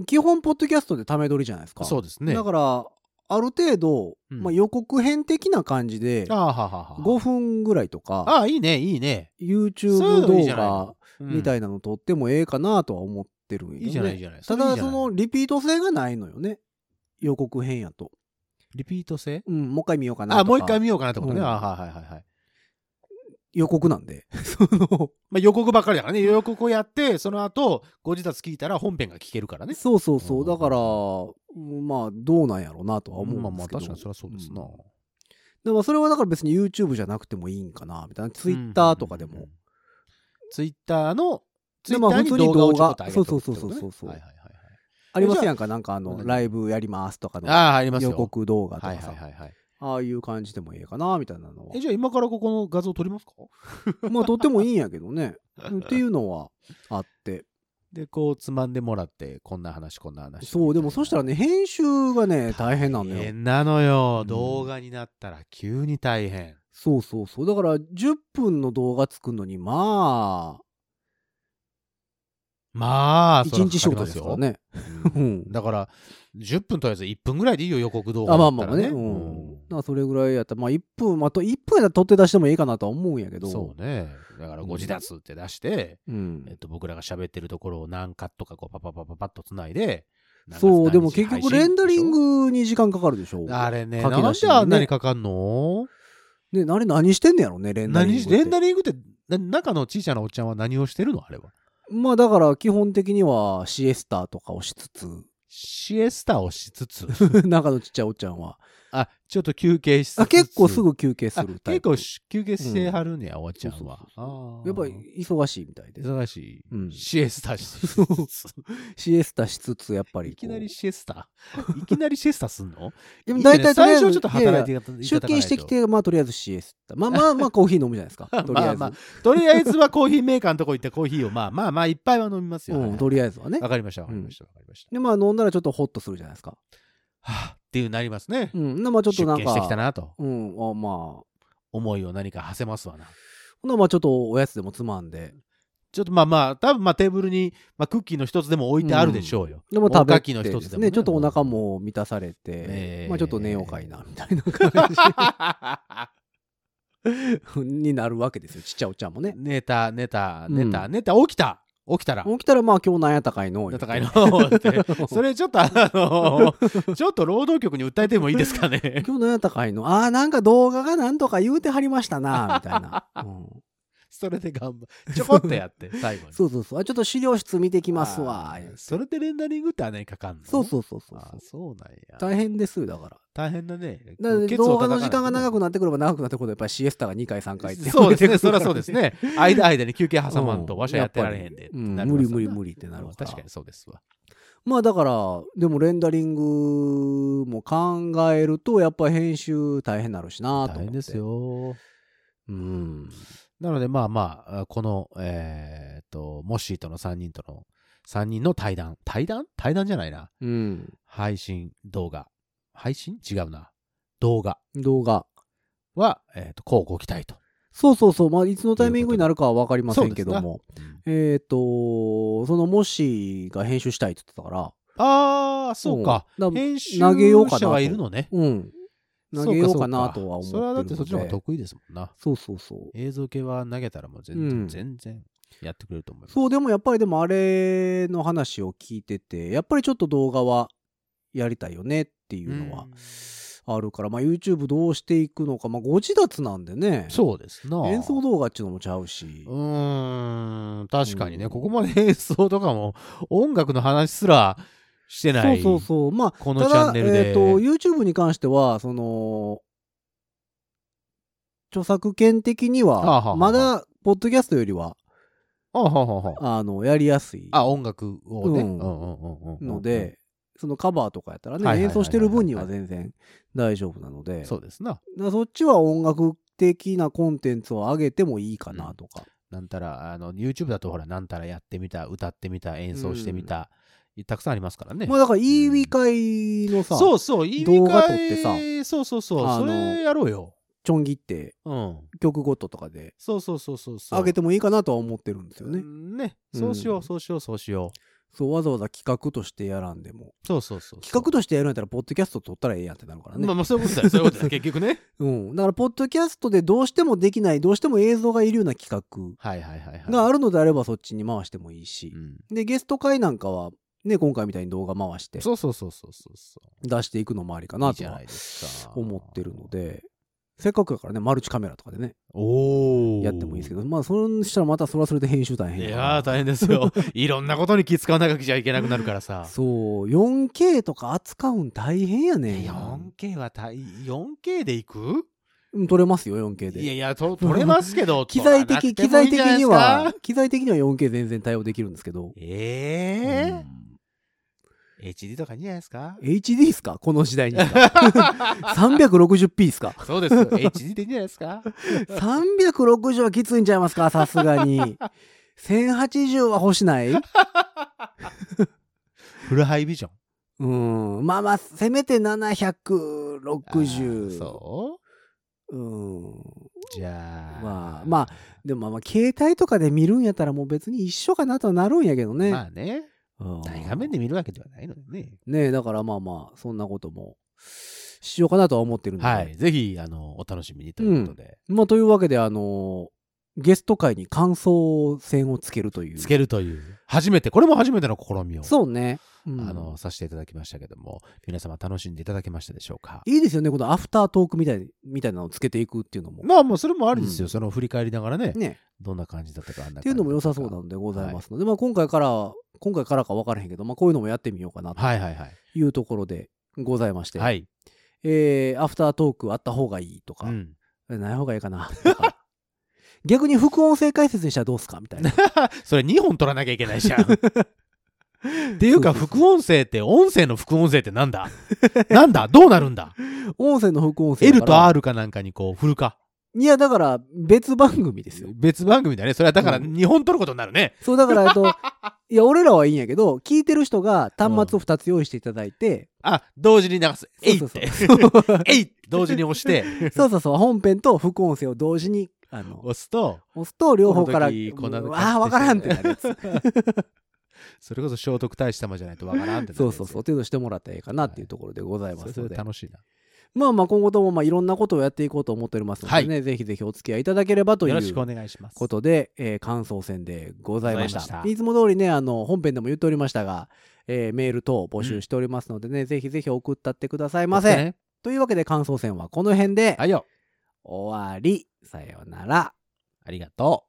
[SPEAKER 5] 基本、ポッドキャストでため撮りじゃないですか。
[SPEAKER 6] そうですね
[SPEAKER 5] だから、ある程度、
[SPEAKER 6] うん
[SPEAKER 5] まあ、予告編的な感じで
[SPEAKER 6] あ、あははは
[SPEAKER 5] 5分ぐらいとか、
[SPEAKER 6] ああいいねいいね、そういう
[SPEAKER 5] YouTube
[SPEAKER 6] のいい
[SPEAKER 5] 動
[SPEAKER 6] じゃないの
[SPEAKER 5] 画みた
[SPEAKER 6] い
[SPEAKER 5] いなの撮ってもええかなとは思ってるんやけどね
[SPEAKER 6] いいじゃないいいじゃない
[SPEAKER 5] た
[SPEAKER 6] れいい
[SPEAKER 5] だ、
[SPEAKER 6] じゃ
[SPEAKER 5] そ
[SPEAKER 6] ない
[SPEAKER 5] の、リピート性がないのよね。予告編やと。
[SPEAKER 6] リピート性
[SPEAKER 5] うん、もう一回見ようかなとか。
[SPEAKER 6] あもう一回見ようかなってことね、
[SPEAKER 5] うん
[SPEAKER 6] あはいはいはいはい、
[SPEAKER 5] 予告なんで。その、
[SPEAKER 6] まあ、予告ばっかりだからね予告をやってその後ご自宅聞いたら本編が聞けるからね
[SPEAKER 5] そうそうそうう。
[SPEAKER 6] ん
[SPEAKER 5] だから、うんまあ、どうなんやろうなとは思
[SPEAKER 6] ま
[SPEAKER 5] う
[SPEAKER 6] あ
[SPEAKER 5] んで
[SPEAKER 6] まあ
[SPEAKER 5] すけど。
[SPEAKER 6] 確かにそれはそうですな、
[SPEAKER 5] んだからそれはだから別に YouTube じゃなくてもいいんかな、みたいな。Twitter とかでも。。
[SPEAKER 6] ツイッターの、ツイ
[SPEAKER 5] で
[SPEAKER 6] ッ
[SPEAKER 5] ま
[SPEAKER 6] タ
[SPEAKER 5] あ
[SPEAKER 6] ーに動画をちょこっと上げ
[SPEAKER 5] 普
[SPEAKER 6] と
[SPEAKER 5] 通に動画
[SPEAKER 6] くってこと
[SPEAKER 5] そ
[SPEAKER 6] ね
[SPEAKER 5] うそうそうそうそう
[SPEAKER 6] はいはいはい
[SPEAKER 5] ありますやんか、なんかあの
[SPEAKER 6] う、ん
[SPEAKER 5] ライブやりますとかの
[SPEAKER 6] はい。ああ、ありますよ。
[SPEAKER 5] 予告動画と
[SPEAKER 6] はい
[SPEAKER 5] か
[SPEAKER 6] はい
[SPEAKER 5] さ。
[SPEAKER 6] はいはい。
[SPEAKER 5] ああいう感じでもいいかな、みたいなのは
[SPEAKER 6] え、。じゃあ今からここの画像撮りますか
[SPEAKER 5] まあ、とってもいいんやけどね。うんっていうのはあって。
[SPEAKER 6] で、こうつまんでもらって、こんな話、こんな話。
[SPEAKER 5] そう、でもそしたらね、編集がね、大変なの
[SPEAKER 6] 大
[SPEAKER 5] よ。
[SPEAKER 6] 変なのよ。
[SPEAKER 5] うん
[SPEAKER 6] 動画になったら急に大変。
[SPEAKER 5] そうそうそう。だから、10分の動画作るのに、まあ、
[SPEAKER 6] まあ、
[SPEAKER 5] 一日仕事です
[SPEAKER 6] そ
[SPEAKER 5] か
[SPEAKER 6] りゃ
[SPEAKER 5] ら
[SPEAKER 6] かかりま
[SPEAKER 5] ね。
[SPEAKER 6] すよ。
[SPEAKER 5] う
[SPEAKER 6] うん
[SPEAKER 5] ん。
[SPEAKER 6] だから、10分とりあえず1分ぐらいでいいよ、予告動画
[SPEAKER 5] あ、ま
[SPEAKER 6] だ
[SPEAKER 5] あ
[SPEAKER 6] った
[SPEAKER 5] ま
[SPEAKER 6] ら
[SPEAKER 5] あ
[SPEAKER 6] ね。
[SPEAKER 5] ね。う
[SPEAKER 6] うん
[SPEAKER 5] ん。だからそれぐらいやったら、まあ1分、あと1分やったら取って出してもいいかなとは思うんやけど。
[SPEAKER 6] そうね。だから、ご自立って出して、
[SPEAKER 5] う。
[SPEAKER 6] えっ
[SPEAKER 5] ん。
[SPEAKER 6] と、僕らが喋ってるところを何カットかこうパパパパパッとつないで、
[SPEAKER 5] そう、で
[SPEAKER 6] 何月何
[SPEAKER 5] も
[SPEAKER 6] 日
[SPEAKER 5] 結
[SPEAKER 6] 配
[SPEAKER 5] 局
[SPEAKER 6] 信
[SPEAKER 5] レンダリングに時間かかるでしょ。
[SPEAKER 6] あれね、
[SPEAKER 5] 書き
[SPEAKER 6] な
[SPEAKER 5] 出
[SPEAKER 6] ん
[SPEAKER 5] しにね
[SPEAKER 6] であんなにかかんの
[SPEAKER 5] ね、あれ何してんのやろね、レンダリングっ
[SPEAKER 6] 何
[SPEAKER 5] て。
[SPEAKER 6] レンダリングって、な中の小さなおっちゃんは何をしてるのあれは。
[SPEAKER 5] まあだから基本的にはシエスターとかをしつつ、
[SPEAKER 6] シエスタをしつつ、
[SPEAKER 5] 中のちっちゃいおっちゃんは。
[SPEAKER 6] あ、ちょっと休憩しつつ。
[SPEAKER 5] あ結構すぐ休憩す
[SPEAKER 6] あ
[SPEAKER 5] るタイ
[SPEAKER 6] 結
[SPEAKER 5] プ。
[SPEAKER 6] 構し休憩してはるねや、おっちゃんは。あー
[SPEAKER 5] やっぱり、忙しいみたいで。
[SPEAKER 6] 忙しい、
[SPEAKER 5] うん
[SPEAKER 6] シエスタし
[SPEAKER 5] そう
[SPEAKER 6] つつ。
[SPEAKER 5] シエスタしつつ、やっぱりこう。
[SPEAKER 6] いきなりシエスタ いきなりシエスタすんの
[SPEAKER 5] でも大体とりあ
[SPEAKER 6] 最
[SPEAKER 5] えず
[SPEAKER 6] 初ちょっと働いて
[SPEAKER 5] や
[SPEAKER 6] いただかない
[SPEAKER 5] や
[SPEAKER 6] と
[SPEAKER 5] 出勤してきて、まあとりあえずシエスタ。まあまあまあコーヒー飲むじゃないで すか。とりあえず。
[SPEAKER 6] まあまとりあえずはコーヒーメーカーのとこ行ってコーヒーをまあまあまあいっぱいは飲みますよ。
[SPEAKER 5] う
[SPEAKER 6] はい
[SPEAKER 5] ん、
[SPEAKER 6] はい
[SPEAKER 5] とりあえずはね
[SPEAKER 6] わ。かりましたわかりましたわかりました。
[SPEAKER 5] で、まあ飲んだらちょっとホッとするじゃないですか。
[SPEAKER 6] はあっていうなりますね
[SPEAKER 5] う。ん。なまあちょっ
[SPEAKER 6] 出
[SPEAKER 5] となん
[SPEAKER 6] 勤してき
[SPEAKER 5] か、
[SPEAKER 6] たなと
[SPEAKER 5] うん、あまあ、
[SPEAKER 6] 思いを何か馳せますわな。
[SPEAKER 5] ほなまあちょっとおやつでもつまんで。
[SPEAKER 6] ちょっとまあまあ多分まあテーブルにまあクッキーの一つでも置いてあるでしょうよ。
[SPEAKER 5] でも食
[SPEAKER 6] お
[SPEAKER 5] べ
[SPEAKER 6] かき
[SPEAKER 5] て
[SPEAKER 6] の一つでもね
[SPEAKER 5] ね、ちょっとお腹も満たされて、
[SPEAKER 6] え
[SPEAKER 5] まあちょっと寝ようかいな、みたいな感じ になるわけですよ、ちっちゃいおっちゃんもね。
[SPEAKER 6] 寝た寝た
[SPEAKER 5] うん
[SPEAKER 6] 寝た寝た起きた起きたら。
[SPEAKER 5] 起きたら、まあ今日なんやったかいの。
[SPEAKER 6] 寝たかい
[SPEAKER 5] 言
[SPEAKER 6] の
[SPEAKER 5] うて
[SPEAKER 6] ってそれちょっとあ のちょっと労働局に訴えてもいいですかね
[SPEAKER 5] 今日なんやったかいの。ああ、なんか動画がなんとか言うてはりましたな、みたいな。うん
[SPEAKER 6] それで頑張るちょこっとやって最後 に
[SPEAKER 5] そうそうそう。あちょっと資料室見てきますわ
[SPEAKER 6] あ。ーそれでレンダリングってあんなにかかんの
[SPEAKER 5] そうそうそうそう
[SPEAKER 6] あーそうなんや。
[SPEAKER 5] 大変ですよ、だから。
[SPEAKER 6] 大変だね。
[SPEAKER 5] だから
[SPEAKER 6] ケツを
[SPEAKER 5] 動画
[SPEAKER 6] 叩かな
[SPEAKER 5] の
[SPEAKER 6] い
[SPEAKER 5] 時間が長くなってくれば長くなってくれば、やっぱりシエスタが2回、3回って。
[SPEAKER 6] そうですね。そりゃそうで す。ね。間間に休憩挟まんと、
[SPEAKER 5] うん
[SPEAKER 6] わしはやってられへんで。
[SPEAKER 5] やっぱりうん
[SPEAKER 6] ってなります
[SPEAKER 5] 無
[SPEAKER 6] わな
[SPEAKER 5] 理無理無理ってなるから
[SPEAKER 6] 確かにそうですわ。
[SPEAKER 5] まあだから、でもレンダリングも考えると、やっぱ編集大変なるしなと思って。
[SPEAKER 6] 大変です。よ。
[SPEAKER 5] うん。
[SPEAKER 6] なので、まあまあ、この、えーっと、モッシーとの3人との、3人の対談。対談対談じゃないな。
[SPEAKER 5] うん。
[SPEAKER 6] 配信、動画。配信違うな。動画
[SPEAKER 5] 動画。
[SPEAKER 6] は、えーっと、こうご期待と。
[SPEAKER 5] そうそうそう。まあ、いつのタイミングになるかは分かりませんけども。
[SPEAKER 6] うん
[SPEAKER 5] えっ、と、その、もしが編集したいって言ってたから。
[SPEAKER 6] ああ、そうか。
[SPEAKER 5] ん。だ
[SPEAKER 6] 編集
[SPEAKER 5] 投げようかなと
[SPEAKER 6] 者はいるのね。
[SPEAKER 5] うん。投げようかなとは思ってるので。
[SPEAKER 6] それはだってそっちの方が得意ですもんな。
[SPEAKER 5] そうそうそう。
[SPEAKER 6] 映像系は投げたらもう全然、
[SPEAKER 5] うん
[SPEAKER 6] 全然やってくれると思います。
[SPEAKER 5] そう、でもやっぱりでもあれの話を聞いてて、やっぱりちょっと動画はやりたいよねっていうのはあるから、まあ YouTube どうしていくのか、まあご自立なんでね。
[SPEAKER 6] そうですな。
[SPEAKER 5] 演奏動画っちゅうのもちゃうし
[SPEAKER 6] う。ーん、確かにね、
[SPEAKER 5] うん
[SPEAKER 6] ここまで演奏とかも音楽の話すらしてな
[SPEAKER 5] そう
[SPEAKER 6] い。
[SPEAKER 5] そうそう。まあ、
[SPEAKER 6] この
[SPEAKER 5] た
[SPEAKER 6] チャン
[SPEAKER 5] だ、
[SPEAKER 6] ネルで。
[SPEAKER 5] えっ、と、YouTube に関しては、その、著作権的に
[SPEAKER 6] あはあは
[SPEAKER 5] は、
[SPEAKER 6] あ
[SPEAKER 5] まだ、ポッドキャストよりは、
[SPEAKER 6] あははは
[SPEAKER 5] あの、やりやすい
[SPEAKER 6] あ、音楽をね。
[SPEAKER 5] うん
[SPEAKER 6] うんうんうんうんうん
[SPEAKER 5] ので、、そのカバーとかやったら
[SPEAKER 6] はいはい
[SPEAKER 5] ね、
[SPEAKER 6] はい
[SPEAKER 5] 演
[SPEAKER 6] はい
[SPEAKER 5] 奏してる分には全然大丈夫なので、
[SPEAKER 6] そうですな。
[SPEAKER 5] だからそっちは音楽的なコンテンツを上げてもいいかなとか。
[SPEAKER 6] なんたら、あの、YouTube だとほら、なんたらやってみた、歌ってみた、演奏してみた、たくさんありますからね。
[SPEAKER 5] まあだから、いいウィ会のさ、
[SPEAKER 6] そうそう、いい
[SPEAKER 5] 動画撮ってさ
[SPEAKER 6] そうそうそう、
[SPEAKER 5] あ
[SPEAKER 6] そ
[SPEAKER 5] の
[SPEAKER 6] れやろうよ。
[SPEAKER 5] ちょん切って
[SPEAKER 6] うん。
[SPEAKER 5] 曲ごととかで
[SPEAKER 6] そうそうそうそうそう。
[SPEAKER 5] 上げてもいいかなとは思ってるんですよね。
[SPEAKER 6] ね。
[SPEAKER 5] うん
[SPEAKER 6] そうしよう、そうしよう、そうしよ
[SPEAKER 5] そう、わざわざ企画としてやらんでも。
[SPEAKER 6] う。そうそうそうそう。
[SPEAKER 5] 企画としてやるんやったら、ポッドキャスト撮ったらええやんってなるからね。
[SPEAKER 6] まあまあ、そういうことだよ、そういうことだ よ、結局ね。
[SPEAKER 5] うん。だから、ポッドキャストでどうしてもできない、どうしても映像がいるような企画
[SPEAKER 6] はいはいはいはい。
[SPEAKER 5] があるのであれば、そっちに回してもいいし
[SPEAKER 6] う。ん
[SPEAKER 5] で、ゲスト会なんかは、ね、今回みたいに動画回して
[SPEAKER 6] そうそうそうそうそうそ
[SPEAKER 5] 出していくのもありか
[SPEAKER 6] う。いい
[SPEAKER 5] な
[SPEAKER 6] じ
[SPEAKER 5] と
[SPEAKER 6] ゃ
[SPEAKER 5] は
[SPEAKER 6] ないですか。
[SPEAKER 5] 思ってるの。で、せっかくだからね、マルチカメラとかでね、
[SPEAKER 6] おお。
[SPEAKER 5] やってもいいですけ
[SPEAKER 6] ど。
[SPEAKER 5] ど、まあ、それしたらまたそれはそれで編集大
[SPEAKER 6] い
[SPEAKER 5] 変やから
[SPEAKER 6] やー、大変です よ。いろんなことに気使わなきゃいけなくなるからさ。
[SPEAKER 5] そう、4K とか扱うん大変やねん。
[SPEAKER 6] 4K は大 4K でいく
[SPEAKER 5] うん撮れますよ、4K
[SPEAKER 6] いや
[SPEAKER 5] で。
[SPEAKER 6] いや、 と取れますけど、
[SPEAKER 5] 機材的、機材的には
[SPEAKER 6] 取らなくてもいいんじゃないですか。、
[SPEAKER 5] 機材的には 4K 全然対応できるんですけど。
[SPEAKER 6] ええ
[SPEAKER 5] うん
[SPEAKER 6] HD とかいいんじゃないです か
[SPEAKER 5] HD ですかこの時 代にですか。360p ですか
[SPEAKER 6] そうです。HD でいいんじゃないですか
[SPEAKER 5] ?360 はきついんちゃいますかさすが に。1080は欲しない
[SPEAKER 6] フルハイビジョン。
[SPEAKER 5] うん。まあまあ、せめて
[SPEAKER 6] あー
[SPEAKER 5] 760。
[SPEAKER 6] そう
[SPEAKER 5] うん。
[SPEAKER 6] じゃあ。
[SPEAKER 5] まあまあでもまあまあ携帯とかで見るんやったらもう別に一緒かなとはなるんやけどね。
[SPEAKER 6] まあね。
[SPEAKER 5] うん
[SPEAKER 6] 大画面で見るわけではないのでね。
[SPEAKER 5] ねえだからまあまあそんなこともしようかなとは思ってるんで。
[SPEAKER 6] はい。ぜひ、あの、お楽しみにということで。
[SPEAKER 5] まあというわけであのゲスト会に感想戦をつけるという。
[SPEAKER 6] つけるという、初めて、これも初めての試みを、
[SPEAKER 5] そうね。うん
[SPEAKER 6] あの、させていただきましたけども、皆様楽しんでいただけましたでしょうか。
[SPEAKER 5] いいですよねこのアフタートークみたいみたいなのをつけていくっていうのも。
[SPEAKER 6] まあもうそれもありですよ。その振り返りながらね、
[SPEAKER 5] ね
[SPEAKER 6] どんな感じだったか、あんな感じだったか
[SPEAKER 5] っていうのも良さそうなのでございますので、まあ今回から、今回からか分からへんけど、まあこういうのもやってみようかなと
[SPEAKER 6] はいはいはい。
[SPEAKER 5] いうところでございまして、
[SPEAKER 6] はい。
[SPEAKER 5] えーアフタートークあった方がいいとか、
[SPEAKER 6] うん。
[SPEAKER 5] ない方がいいかなとか、 逆に副音声解説にしたらどうすかみたいな。っ
[SPEAKER 6] それ2本取らなきゃいけないじゃん。 って
[SPEAKER 5] て
[SPEAKER 6] いうか、副音声って、音声の副音声ってなんだなんだどうなるん だ
[SPEAKER 5] 音声の副音声やから
[SPEAKER 6] ?L と R かなんかにこう振るか。
[SPEAKER 5] いや、だから別番組ですよ。
[SPEAKER 6] 別番組だね。それはだから
[SPEAKER 5] うん
[SPEAKER 6] 2本取ることになるね。
[SPEAKER 5] そうだから、え っと、いや、俺らはいいんやけど、聞いてる人が端末を2つ用意していただいて、
[SPEAKER 6] あ、同時に流す。えい
[SPEAKER 5] そ
[SPEAKER 6] っ
[SPEAKER 5] うそう
[SPEAKER 6] て。 えいって同時に押 して、
[SPEAKER 5] そうそうそう、本編と副音声を同時に、あの、
[SPEAKER 6] 押すと、
[SPEAKER 5] 押すと両方から、あ
[SPEAKER 6] この時こんなの買ってきて
[SPEAKER 5] あー、わからんってなるやつ。
[SPEAKER 6] それこそ聖徳太子様じゃないとわからんってなるやつ
[SPEAKER 5] そうそうそう、程度してもらったらいいかなっていうところでございま
[SPEAKER 6] それ
[SPEAKER 5] す
[SPEAKER 6] そ
[SPEAKER 5] の
[SPEAKER 6] れ
[SPEAKER 5] で。
[SPEAKER 6] で楽しいな。
[SPEAKER 5] まあまあ今後ともまあいろんなことをやっていこうと思っておりますのでね、ぜひぜひお付き合いいただければとい
[SPEAKER 6] よろしくお
[SPEAKER 5] う
[SPEAKER 6] 願いします。
[SPEAKER 5] ことで、えー感想戦でございました。
[SPEAKER 6] ございました
[SPEAKER 5] いつも通りね、あの、本編でも言っておりましたが、えーメール等を募集しておりますのでね、ぜひぜひ送ったってくださいませ。
[SPEAKER 6] ね
[SPEAKER 5] というわけで感想戦はこの辺で
[SPEAKER 6] はいよ。
[SPEAKER 5] 終わり。さようなら。
[SPEAKER 6] ありがとう。